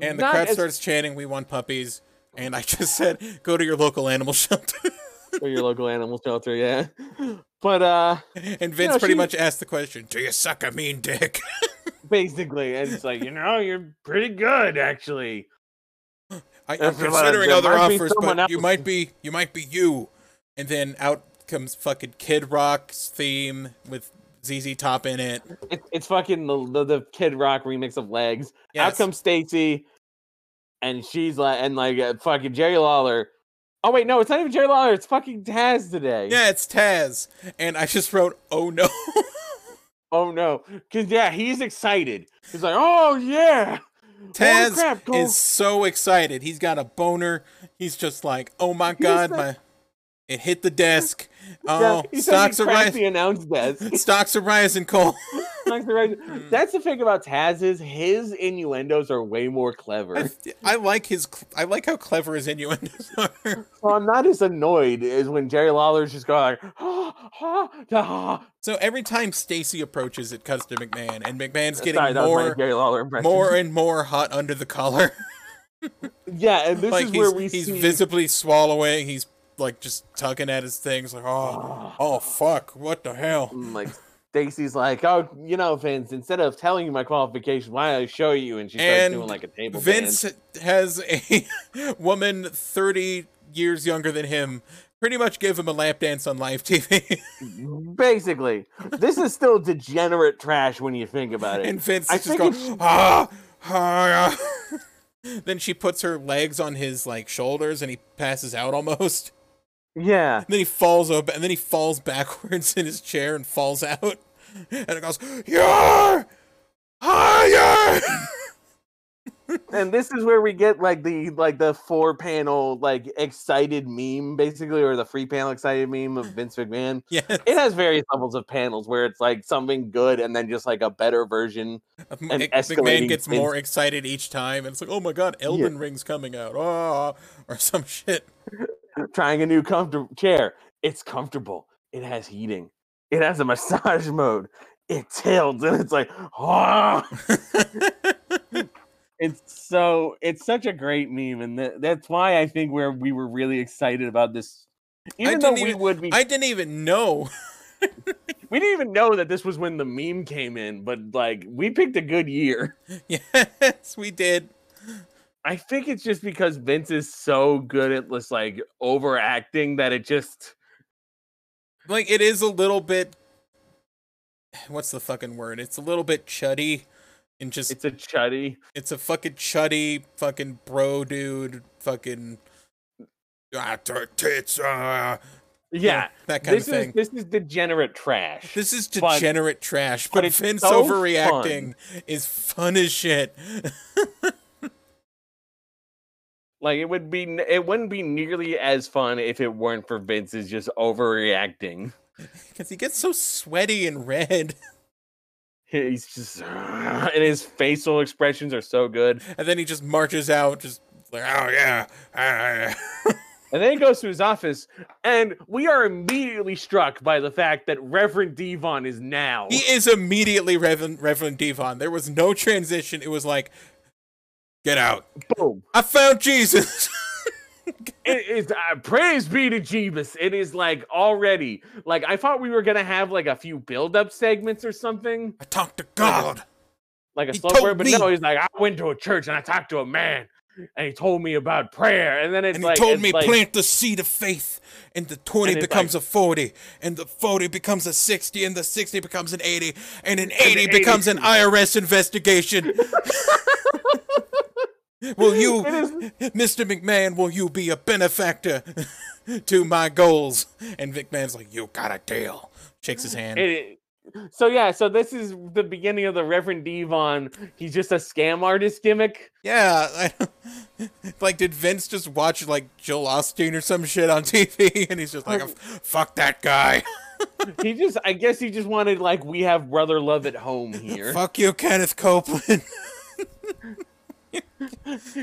S1: and the
S2: Not
S1: crowd
S2: as-
S1: starts chanting, "We want puppies." And I just said, "Go to your local animal shelter."
S2: or your local animal shelter, yeah. But uh,
S1: and Vince
S2: know,
S1: pretty
S2: she-
S1: much asked the question, "Do you suck a mean dick?"
S2: basically, and it's like you know, you're pretty good actually.
S1: I, I'm
S2: That's what I-
S1: considering
S2: there
S1: other
S2: might be
S1: offers, but
S2: someone
S1: you
S2: else.
S1: might be you might be you. And then out comes fucking Kid Rock's theme with ZZ Top in it.
S2: It, it's fucking the, the the Kid Rock remix of Legs.
S1: Yes.
S2: Out comes Stacy, and she's like, and like uh, fucking Jerry Lawler. Oh wait, no, it's not even Jerry Lawler. It's fucking Taz today.
S1: yeah, it's Taz. And I just wrote, "Oh no."
S2: Oh no, because yeah, he's excited. He's like, oh yeah. Holy
S1: Taz
S2: crap, go-
S1: is so excited. He's got a boner. He's just like, "Oh my god,
S2: like-
S1: my it hit the desk."
S2: Yeah,
S1: Oh,
S2: he says he
S1: stocks are
S2: cracked The
S1: rising.
S2: announce desk.
S1: Stocks are rising, Cole.
S2: Cracked the
S1: Hmm.
S2: right- That's the thing about Taz is his innuendos are way more clever.
S1: I like his. cl- I like how clever his innuendos are.
S2: So I'm not as annoyed as when Jerry Lawler's just going like, ah, ah, ah.
S1: So every time Stacy approaches, it cuts to McMahon, and McMahon's getting
S2: Sorry, that was my
S1: more,
S2: Jerry Lawler impression.
S1: more and more hot under the collar.
S2: yeah, and this
S1: like
S2: is
S1: he's,
S2: where we
S1: he's
S2: see
S1: visibly swallowing. He's like just tugging at his things, like oh,
S2: Ah.
S1: oh fuck, what the hell?
S2: And, like Stacy's like, oh, you know, Vince, instead of telling you my qualification, why don't I show you? And she starts
S1: And
S2: doing like a table
S1: Vince has a woman thirty years younger than him. Pretty much give him a lap dance on live TV,
S2: dance. Basically, this is still degenerate trash when you think about it.
S1: and Vince
S2: I
S1: is just
S2: think
S1: going
S2: it should-
S1: ah, ah. ah." Then she puts her legs on his like shoulders, and he passes out almost.
S2: yeah,
S1: And then he falls up, and then he falls backwards in his chair and falls out. And it goes, "You're higher."
S2: and this is where we get like the like the four panel like excited meme, basically, or the free panel excited meme of Vince McMahon.
S1: yeah,
S2: It has various levels of panels where it's like something good and then just like a better version.
S1: Mc- McMahon
S2: escalating
S1: gets
S2: spin.
S1: more excited each time, and it's like, "Oh my God, Elden Ring's coming out!" Ah, or some shit.
S2: trying a new comfortable chair. It's comfortable. It has heating. It has a massage mode. It tilts and it's like, oh, it's so it's such a great meme, and tha- that's why I think where we were really excited about this. Even though
S1: didn't
S2: we
S1: even-
S2: would be,
S1: I didn't even know.
S2: we didn't even know that this was when the meme came in, but like we picked a good year.
S1: yes, we did.
S2: I think it's just because Vince is so good at this like overacting that it just
S1: Like it is a little bit what's the fucking word? It's a little bit chuddy and just
S2: It's a chuddy.
S1: it's a fucking chuddy fucking bro dude fucking ah, t- tits, ah, you know,
S2: Yeah.
S1: that kind
S2: This
S1: of
S2: is
S1: thing.
S2: this is degenerate trash.
S1: this is
S2: but-
S1: degenerate trash,
S2: but
S1: but,
S2: it's
S1: Vince
S2: so
S1: overreacting is fun as shit.
S2: Like it would be, n- it wouldn't be nearly as fun if it weren't for Vince's just overreacting.
S1: Because he gets so sweaty and red.
S2: He's just, and his facial expressions are so good.
S1: And then he just marches out, just like, oh yeah. ah, yeah."
S2: And then he goes to his office, and we are immediately struck by the fact that Reverend Devon is now.
S1: he is immediately Reverend, Reverend Devon. There was no transition. It was like, get out.
S2: Boom!
S1: I found Jesus.
S2: It is uh, praise be to Jeebus. It is like already like I thought we were gonna have like a few build-up segments or something,
S1: I talked to God.
S2: like a
S1: He
S2: slow
S1: told
S2: word, but
S1: me.
S2: no, he's like I went to a church and I talked to a man, and he told me about prayer, and then it's
S1: And he
S2: like
S1: told
S2: it's
S1: me,
S2: like,
S1: plant the seed of faith. And the 20
S2: And it's
S1: becomes a 40. And the 40 becomes a 60. And the 60 becomes an 80. And an 80,
S2: 80
S1: becomes an IRS investigation. will you,
S2: It is-
S1: Mr. McMahon, will you be a benefactor to my goals? And McMahon's like, you got a deal. Shakes his hand.
S2: It, so yeah, so this is the beginning of the Reverend Devon. He's just a scam artist gimmick.
S1: Yeah, I, like did Vince just watch like Joel Osteen or some shit on TV, and he's just like, "Fuck that guy,
S2: He just, I guess, he just wanted like we have brother love at home here.
S1: fuck you, Kenneth Copeland."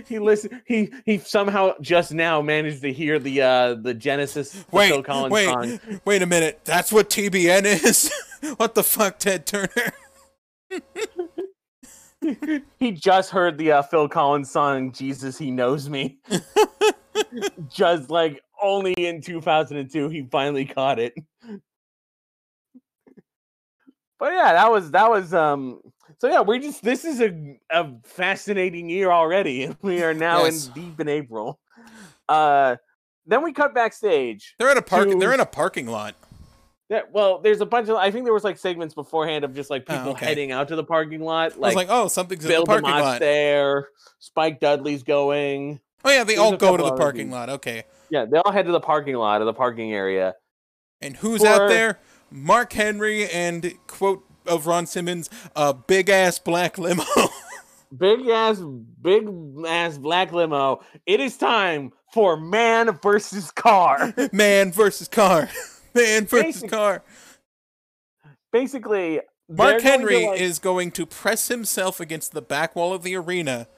S2: he listen, he he somehow just now managed to hear the uh the Genesis the Phil
S1: wait,
S2: Collins
S1: wait,
S2: song.
S1: wait a minute. That's what TBN is. what the fuck, Ted Turner?
S2: He just heard the uh, Phil Collins song "Jesus, He Knows Me." just like only in 2002 he finally caught it. But yeah, that was that was um. So yeah, we're just this is a a fascinating year already, and we are now
S1: Yes.
S2: in deep in April. Uh, then we cut backstage.
S1: They're in a park.
S2: Dude.
S1: They're in a parking lot.
S2: Yeah, well, there's a bunch of I think there was like segments beforehand of just like
S1: Oh,
S2: people
S1: okay.
S2: heading out to the parking lot,
S1: I was
S2: like,
S1: like, "Oh, something's in the
S2: Bill
S1: parking
S2: DeMott's
S1: lot."
S2: there, Spike Dudley's going.
S1: Oh yeah, they
S2: There's
S1: all
S2: a
S1: go to
S2: couple
S1: the
S2: other
S1: parking
S2: dudes.
S1: lot. Okay,
S2: Yeah, they all head to the parking lot of the parking area.
S1: and who's
S2: For-
S1: out there? Mark Henry and quote of Ron Simmons, a big ass black limo.
S2: Big ass, big ass black limo. It is time for man versus car.
S1: Man versus car. Man versus
S2: Basic-
S1: car.
S2: Basically,
S1: Mark
S2: they're going to,
S1: Henry
S2: like-
S1: is going to press himself against the back wall of the arena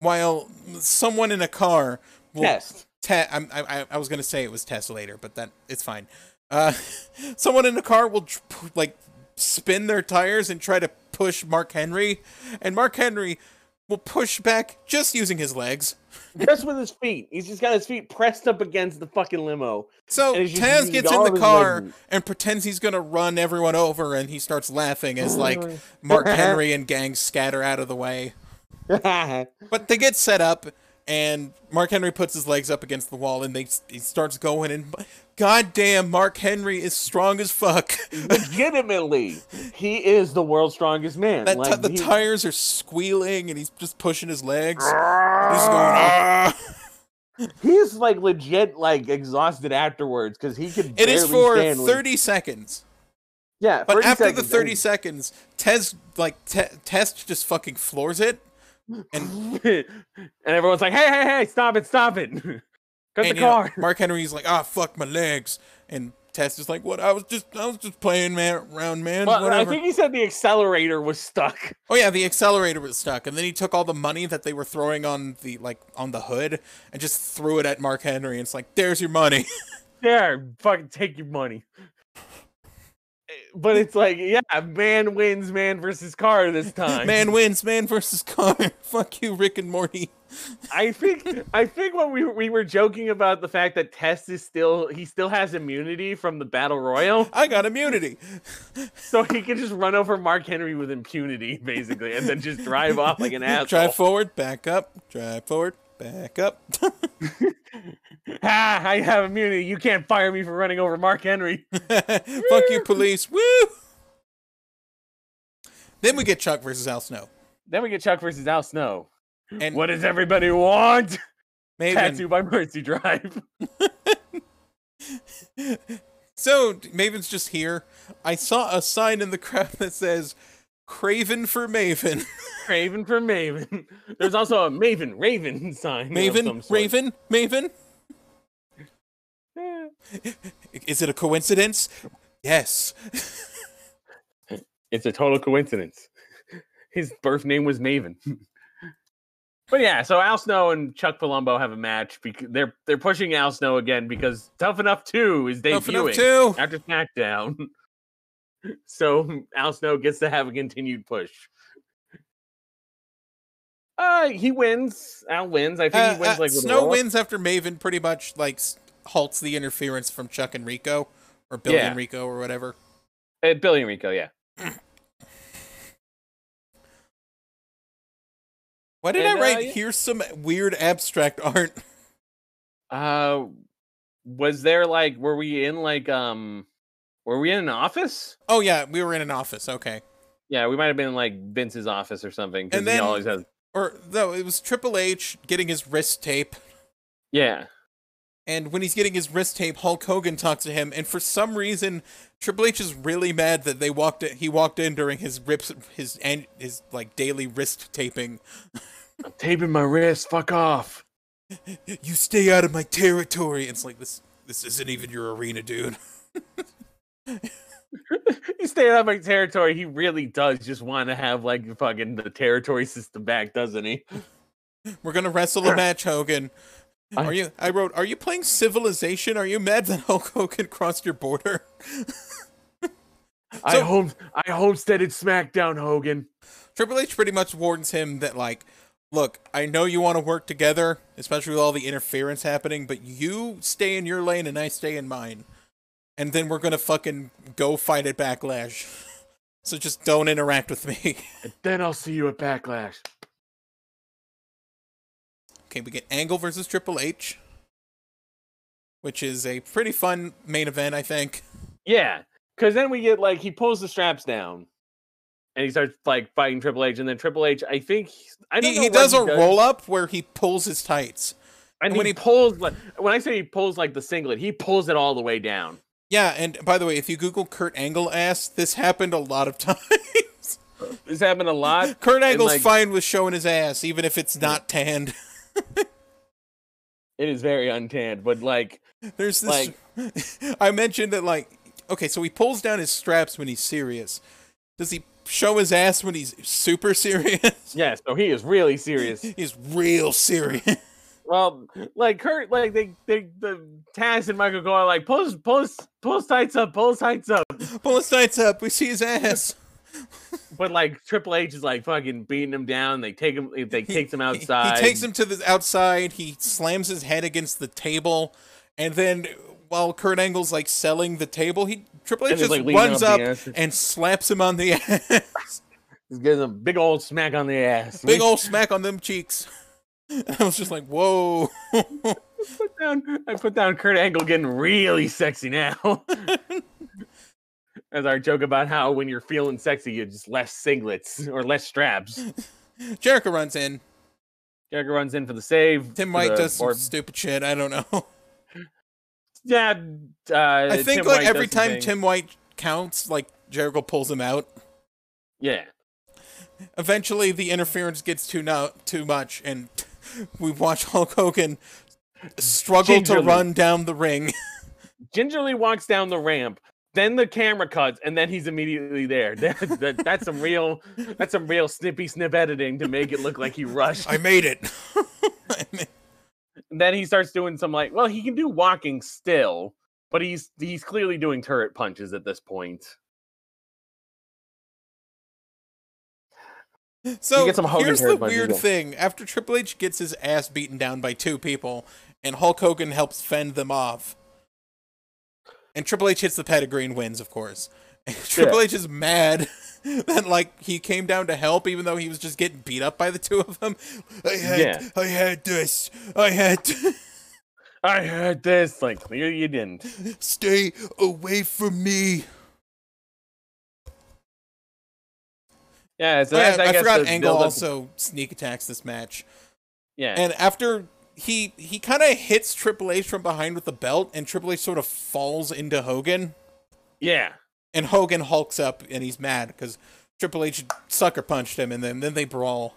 S1: while someone in a car will
S2: test.
S1: te- I'm, I, I- I was going to say it was Tess later, but that it's fine. Uh, someone in a car will tr- p- like spin their tires and try to push Mark Henry, and Mark Henry will push back just using his legs.
S2: Just with his feet. He's just got his feet pressed up against the fucking limo.
S1: So
S2: And it's just
S1: Taz
S2: using
S1: gets in
S2: all
S1: the
S2: of his
S1: car
S2: legs.
S1: and pretends he's gonna run everyone over, and he starts laughing as like Mark Henry and gang scatter out of the way. But they get set up, and Mark Henry puts his legs up against the wall, and they he starts going. And goddamn, Mark Henry is strong as fuck.
S2: Legitimately, he is the world's strongest man.
S1: That
S2: Like,
S1: ti- the
S2: he-
S1: tires are squealing, and he's just pushing his legs. He's going, "Ah."
S2: He's like legit, like exhausted afterwards because he could.
S1: It is
S2: barely
S1: for
S2: stand when-
S1: thirty seconds.
S2: Yeah,
S1: But
S2: 30
S1: after the
S2: seconds,
S1: 30
S2: and-
S1: seconds, Tez like te- Test just fucking floors it, and
S2: and everyone's like, "Hey, hey, hey! Stop it! Stop it! Cut
S1: and,
S2: the
S1: you know,
S2: car!"
S1: Mark Henry's like, ah, fuck my legs, and Test is like, what? I was just I was just playing man around, man.
S2: Well, I
S1: whatever.
S2: think he said the accelerator was stuck.
S1: oh yeah, the accelerator was stuck, and then he took all the money that they were throwing on the like on the hood and just threw it at Mark Henry. And it's like, there's your money.
S2: There, fucking take your money. Eh, But it's like, yeah, man wins, man versus car this time.
S1: man wins, man versus car. fuck you, Rick and Morty.
S2: I think, I think when we we were joking about the fact that Tess is still, he still has immunity from the battle royal.
S1: I got immunity.
S2: So he can just run over Mark Henry with impunity, basically, and then just drive off like an asshole.
S1: Drive forward, back up. Drive forward, back up.
S2: ah, I have immunity. You can't fire me for running over Mark Henry.
S1: Fuck you, police. Woo! Then we get Chuck versus Al Snow.
S2: Then we get Chuck versus Al Snow.
S1: And
S2: what does everybody want?
S1: Maven.
S2: Tattoo by Mercy Drive.
S1: So Maven's just here. I saw a sign in the crowd that says "Craven for Maven."
S2: Craven for Maven. There's also a Maven Raven sign. of some
S1: Maven,
S2: sort.
S1: Raven, Maven.
S2: Eh,
S1: Is it a coincidence? Yes.
S2: It's a total coincidence. His birth name was Maven. but yeah, so Al Snow and Chuck Palumbo have a match. Because they're they're pushing Al Snow again because Tough Enough Two is debuting
S1: Tough enough too.
S2: after SmackDown. so Al Snow gets to have a continued push. Uh, he wins. Al wins. I think
S1: Uh,
S2: he wins
S1: uh,
S2: like with a
S1: Snow
S2: roll-up.
S1: wins after Maven pretty much like s- halts the interference from Chuck and Rico or Bill
S2: Yeah.
S1: and Rico or whatever.
S2: Uh, Billy Rico, yeah.
S1: Why did I
S2: And, uh,
S1: write?
S2: yeah.
S1: Here's some weird abstract art.
S2: Uh, was there like were we in like um were we in an office?
S1: Oh yeah, we were in an office. Okay,
S2: Yeah, we might have been in like Vince's office or something because
S1: And
S2: he
S1: then-
S2: always has.
S1: or no, it was Triple H getting his wrist tape,
S2: Yeah,
S1: and when he's getting his wrist tape, Hulk Hogan talks to him, and for some reason, Triple H is really mad that they walked. In, he walked in during his rips, his and his like daily wrist taping.
S2: I'm taping my wrist. Fuck off.
S1: You stay out of my territory. It's like this. This isn't even your arena, dude.
S2: He's staying out of my territory. He really does just want to have like fucking the territory system back, doesn't he?
S1: We're gonna wrestle a match, Hogan.
S2: I-
S1: Are you? I wrote. Are you playing Civilization? Are you mad that Hulk Hogan crossed your border?
S2: I
S1: So-
S2: home I homesteaded SmackDown Hogan.
S1: Triple H pretty much warns him that like, look, I know you want to work together, especially with all the interference happening, but you stay in your lane and I stay in mine, and then we're gonna fucking go fight at Backlash. So just don't interact with me.
S2: And then I'll see you at Backlash.
S1: Okay, we get Angle versus Triple H, which is a pretty fun main event, I think.
S2: Yeah, because then we get like he pulls the straps down, and he starts like fighting Triple H, and then Triple H, I think he's- I don't
S1: He,
S2: know
S1: he
S2: what
S1: does a
S2: does.
S1: roll up where he pulls his tights.
S2: and when
S1: when
S2: he,
S1: he-
S2: pulls like when I say he pulls like the singlet, he pulls it all the way down.
S1: Yeah, and by the way, if you Google Kurt Angle ass, this happened a lot of times.
S2: This happened a lot.
S1: Kurt Angle's
S2: like-
S1: fine with showing his ass, even if it's not tanned.
S2: It is very untanned, but like
S1: There's this. I mentioned that, like, okay, so he pulls down his straps when he's serious. Does he show his ass when he's super serious?
S2: yeah, so he is really serious.
S1: he's real serious.
S2: Well, like Kurt, like they they the Taz and Michael Cole are like pull his- pull his- pull his tights up, pull his tights up.
S1: Pull his tights up. We see his ass.
S2: But like Triple H is like fucking beating him down. They take him. They
S1: He-
S2: take him
S1: he-
S2: outside.
S1: He, takes him to the outside. He slams his head against the table, and then while Kurt Angle's like selling the table, he Triple H
S2: And he's,
S1: just
S2: like, leaning
S1: runs
S2: on
S1: up
S2: the ass.
S1: and slaps him on the ass.
S2: Just gives him a big old smack on the ass.
S1: Big old smack on them cheeks. I was just like, whoa.
S2: put down. I put down Kurt Angle getting really sexy now. As our joke about how when you're feeling sexy, you just less singlets or less straps.
S1: Jericho runs in.
S2: Jericho runs in for the save.
S1: Tim
S2: for
S1: White
S2: the-
S1: does some
S2: or-
S1: stupid shit. I don't know.
S2: Yeah, uh,
S1: I think
S2: Tim
S1: like
S2: White
S1: every
S2: does some
S1: time
S2: things.
S1: Tim White counts, like Jericho pulls him out.
S2: Yeah,
S1: Eventually, the interference gets too no- too much, and we watch Hulk Hogan struggle
S2: Gingerly.
S1: to run down the ring.
S2: gingerly walks down the ramp. Then the camera cuts, and then he's immediately there. That, that, that's some real, that's some real snippy snip editing to make it look like he rushed.
S1: I made it.
S2: And then he starts doing some like, well, he can do walking still, but he's he's clearly doing turret punches at this point.
S1: so
S2: get some Hogan
S1: here's
S2: hair
S1: the
S2: by
S1: weird
S2: Google.
S1: thing: after Triple H gets his ass beaten down by two people, and Hulk Hogan helps fend them off, and Triple H hits the pedigree and wins, of course. And Triple H is mad that like he came down to help, even though he was just getting beat up by the two of them. I had,
S2: Yeah.
S1: I had this. I had.
S2: I heard this. Like, clearly you didn't.
S1: Stay away from me.
S2: Yeah, so
S1: Oh, yeah,
S2: that's, I,
S1: I
S2: guess
S1: forgot
S2: the
S1: Angle
S2: build-up-
S1: also sneak attacks this match.
S2: Yeah,
S1: And after he he kind of hits Triple H from behind with the belt, and Triple H sort of falls into Hogan,
S2: yeah,
S1: and Hogan hulks up and he's mad because Triple H sucker punched him, and then then they brawl.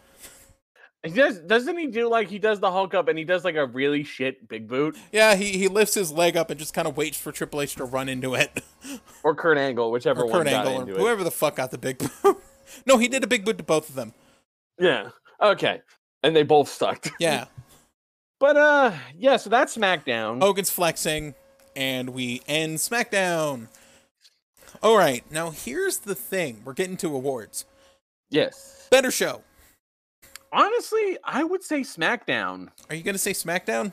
S2: He does. Doesn't he do like he does the Hulk up and he does like a really shit big boot
S1: Yeah, he he lifts his leg up and just kind of waits for Triple H to run into it,
S2: or Kurt Angle, whichever
S1: or
S2: one
S1: Kurt
S2: got
S1: Angle, or
S2: into it.
S1: whoever the fuck got the big. boot. no, he did a big boot to both of them.
S2: Yeah. Okay. And they both sucked.
S1: Yeah,
S2: But uh, yeah. So that's SmackDown.
S1: Hogan's flexing, and we end SmackDown. All right, now here's the thing: we're getting to awards.
S2: Yes.
S1: Better show.
S2: Honestly, I would say SmackDown
S1: Are you gonna say SmackDown?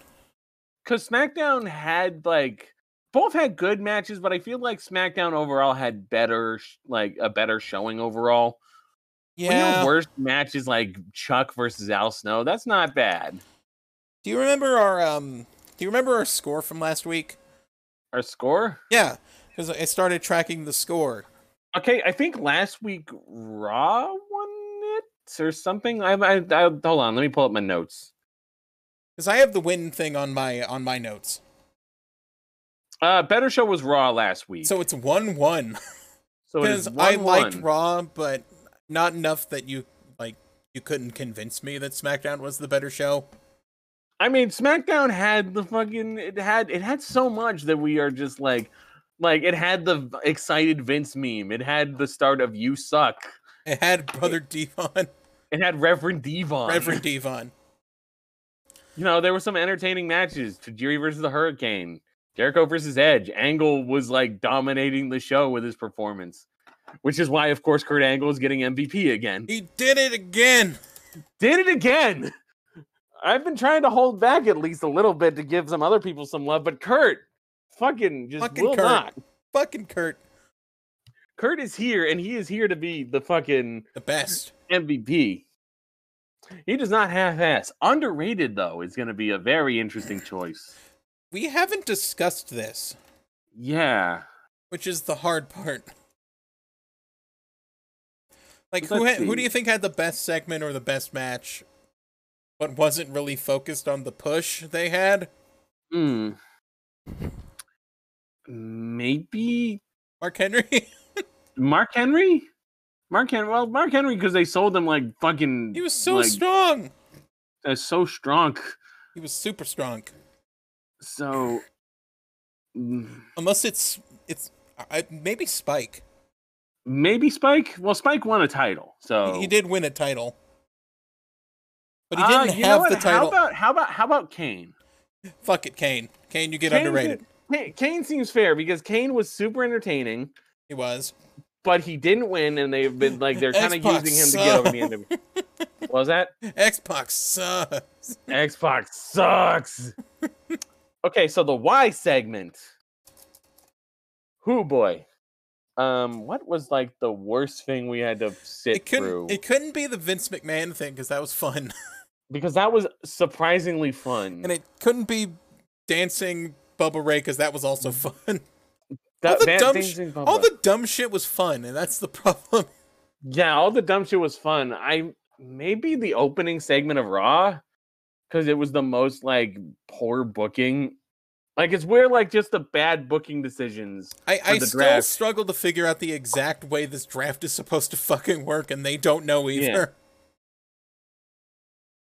S2: because SmackDown had like both had good matches, but I feel like SmackDown overall had better sh- like a better showing overall. When your
S1: Yeah.
S2: worst match is like Chuck versus Al Snow, that's not bad.
S1: Do you remember our um? Do you remember our score from last week?
S2: Our score.
S1: Yeah, because I started tracking the score.
S2: Okay, I think last week Raw won it or something. I, I, I hold on, let me pull up my notes.
S1: Because I have the win thing on my on my notes,
S2: Uh, Better Show was Raw last week, so,
S1: so it's one one.
S2: so it is
S1: Because I liked
S2: Raw.
S1: Raw, but not enough that you like you couldn't convince me that SmackDown was the better show.
S2: I mean, SmackDown had the fucking it had it had so much that we are just like, like it had the v- excited Vince meme. It had the start of "You suck."
S1: It had Brother Devon,
S2: It had Reverend Devon.
S1: Reverend Devon.
S2: You know, there were some entertaining matches. Tajiri versus the Hurricane, Jericho versus Edge. Angle was like dominating the show with his performance, which is why, of course, Kurt Angle is getting MVP again.
S1: He did it again.
S2: Did it again! I've been trying to hold back at least a little bit to give some other people some love, but Kurt fucking just
S1: Fucking
S2: will
S1: Kurt.
S2: not.
S1: Fucking Kurt,
S2: Kurt is here, and he is here to be the fucking
S1: the best.
S2: MVP. He does not half-ass. Underrated though is going to be a very interesting choice.
S1: We haven't discussed this,
S2: Yeah.
S1: which is the hard part. Like who
S2: Let's
S1: ha- who do
S2: see.
S1: you think had the best segment or the best match, but wasn't really focused on the push they had?
S2: Hmm. Maybe
S1: Mark Henry.
S2: Mark Henry. Mark Henry. Well, Mark Henry because they sold him like fucking.
S1: he was so
S2: like,
S1: strong.
S2: uh, so strong.
S1: He was super strong.
S2: So. mm,
S1: Unless it's it's I, maybe Spike.
S2: Maybe Spike. Well, Spike won a title, so
S1: He, he did win a title, but he
S2: Ah,
S1: didn't
S2: you know
S1: have
S2: what?
S1: the
S2: How
S1: title.
S2: about how about how about Kane?
S1: Fuck it, Kane. Kane, you get
S2: Kane's-
S1: underrated.
S2: Kane, Kane seems fair because Kane was super entertaining,
S1: He was.
S2: but he didn't win, and they've been like they're kind of
S1: Xbox
S2: using him to get over the end of. What was that?
S1: Xbox sucks.
S2: Xbox sucks. okay, so the Y segment. Who boy? Um, what was like the worst thing we had to sit
S1: It couldn't.
S2: through?
S1: It couldn't be the Vince McMahon thing because that was fun,
S2: because that was surprisingly fun.
S1: and it couldn't be dancing Bubba Ray because that was also
S2: Mm-hmm.
S1: fun.
S2: that,
S1: all the
S2: that
S1: dumb
S2: things
S1: sh-
S2: in
S1: All
S2: public.
S1: the dumb shit was fun, and that's the problem.
S2: yeah, all the dumb shit was fun. I maybe the opening segment of Raw because it was the most like poor booking. Like it's where like just the bad booking decisions.
S1: I, I
S2: the
S1: still
S2: draft.
S1: struggle to figure out the exact way this draft is supposed to fucking work, and they don't know
S2: Yeah.
S1: either.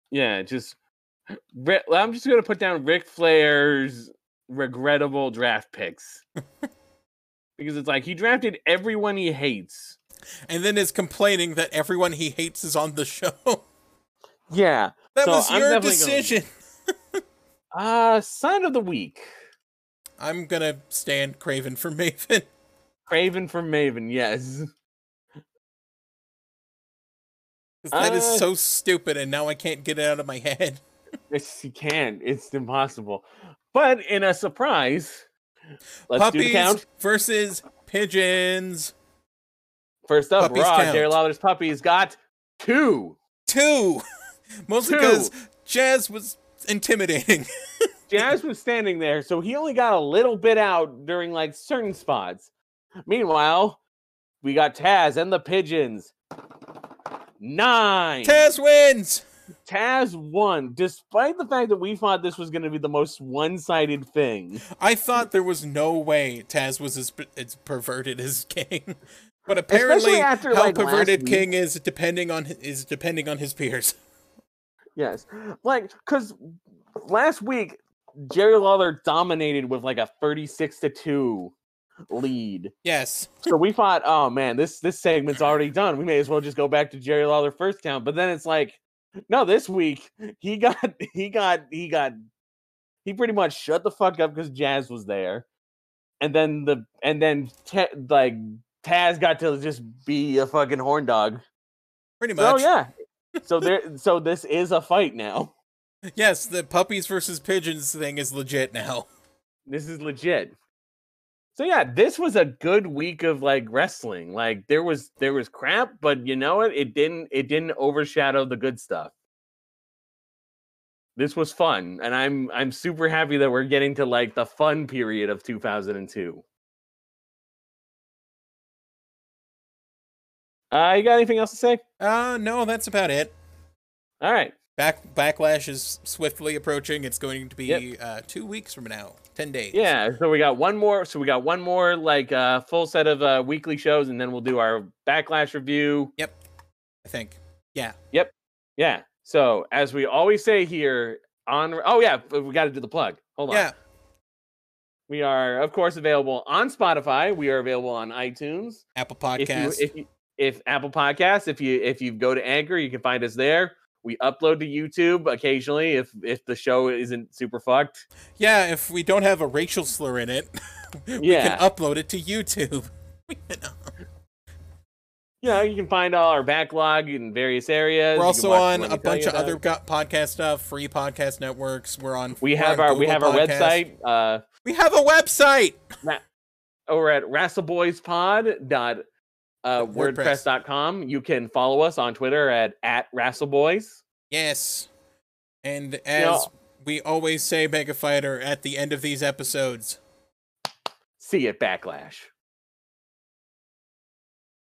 S2: Yeah, just Ri- I'm just gonna put down Ric Flair's regrettable draft picks because it's like he drafted everyone he hates.
S1: And then is complaining that everyone he hates is on the show.
S2: Yeah.
S1: that
S2: So
S1: was
S2: I'm
S1: your
S2: definitely going-
S1: decision.
S2: Uh sign of the week.
S1: I'm gonna stand Craven for Maven.
S2: Craven for Maven, yes.
S1: 'Cause That is
S2: Uh,
S1: so stupid, and now I can't get it out of my head.
S2: Yes, you can. It's impossible. But in a surprise, let's do the
S1: puppies
S2: count.
S1: versus pigeons.
S2: First up,
S1: puppies
S2: Raw,
S1: count.
S2: Jerry Lawler's puppies got two.
S1: Two. Mostly
S2: Two.
S1: because Jazz was intimidating.
S2: Jazz was standing there, so he only got a little bit out during like certain spots. Meanwhile, we got Taz and the pigeons. nine.
S1: Taz wins.
S2: Taz won, despite the fact that we thought this was going to be the most one-sided thing.
S1: I thought there was no way Taz was as, as perverted as King, but apparently,
S2: after,
S1: how
S2: like, last
S1: perverted
S2: week.
S1: King is depending on is depending on his peers.
S2: Yes, like because last week Jerry Lawler dominated with like a thirty-six to two lead.
S1: Yes,
S2: So we thought, oh man, this this segment's already done. We may as well just go back to Jerry Lawler first down. But then it's like, no, this week he got he got he got he pretty much shut the fuck up because Jazz was there, and then the and then Ta- like Taz got to just be a fucking horn dog.
S1: pretty much.
S2: Oh yeah. So there, so this is a fight now.
S1: Yes, the puppies versus pigeons thing is legit now.
S2: This is legit. So yeah, this was a good week of like wrestling. Like there was there was crap, but you know what? It didn't it didn't overshadow the good stuff. This was fun, and I'm I'm super happy that we're getting to like the fun period of 2002. Uh, you got anything else to say?
S1: Uh no, that's about it.
S2: All right.
S1: Back backlash is swiftly approaching. It's going to be
S2: Yep.
S1: uh, two weeks from now, ten days.
S2: Yeah, so we got one more. So we got one more like uh, full set of uh, weekly shows, and then we'll do our backlash review.
S1: I think.
S2: Yeah. So as we always say here on, oh yeah, but we got to do the plug. Hold on.
S1: Yeah,
S2: We are of course available on Spotify. We are available on iTunes.
S1: Apple Podcast.
S2: If you, if you if Apple Podcasts, if you if you go to Anchor, you can find us there. We upload to YouTube occasionally if if the show isn't super fucked.
S1: yeah, if we don't have a racial slur in it, we
S2: Yeah.
S1: can upload it to YouTube. We can-
S2: You know, you can find all our backlog in various areas.
S1: We're
S2: You can
S1: also
S2: watch the
S1: on
S2: one
S1: a
S2: we tell you
S1: bunch of
S2: about.
S1: other go- podcast stuff, free podcast networks. We're on.
S2: We
S1: we're
S2: have
S1: on
S2: our we
S1: Google
S2: have our
S1: Podcasts.
S2: website uh,
S1: We have a website.
S2: over at wrestleboyspod.wordpress.com. Uh,
S1: WordPress.
S2: wordpress.com. You can follow us on Twitter at at wrestleboys.
S1: Yes. And as we always say, Mega Fighter, at the end of these episodes,
S2: See you at Backlash.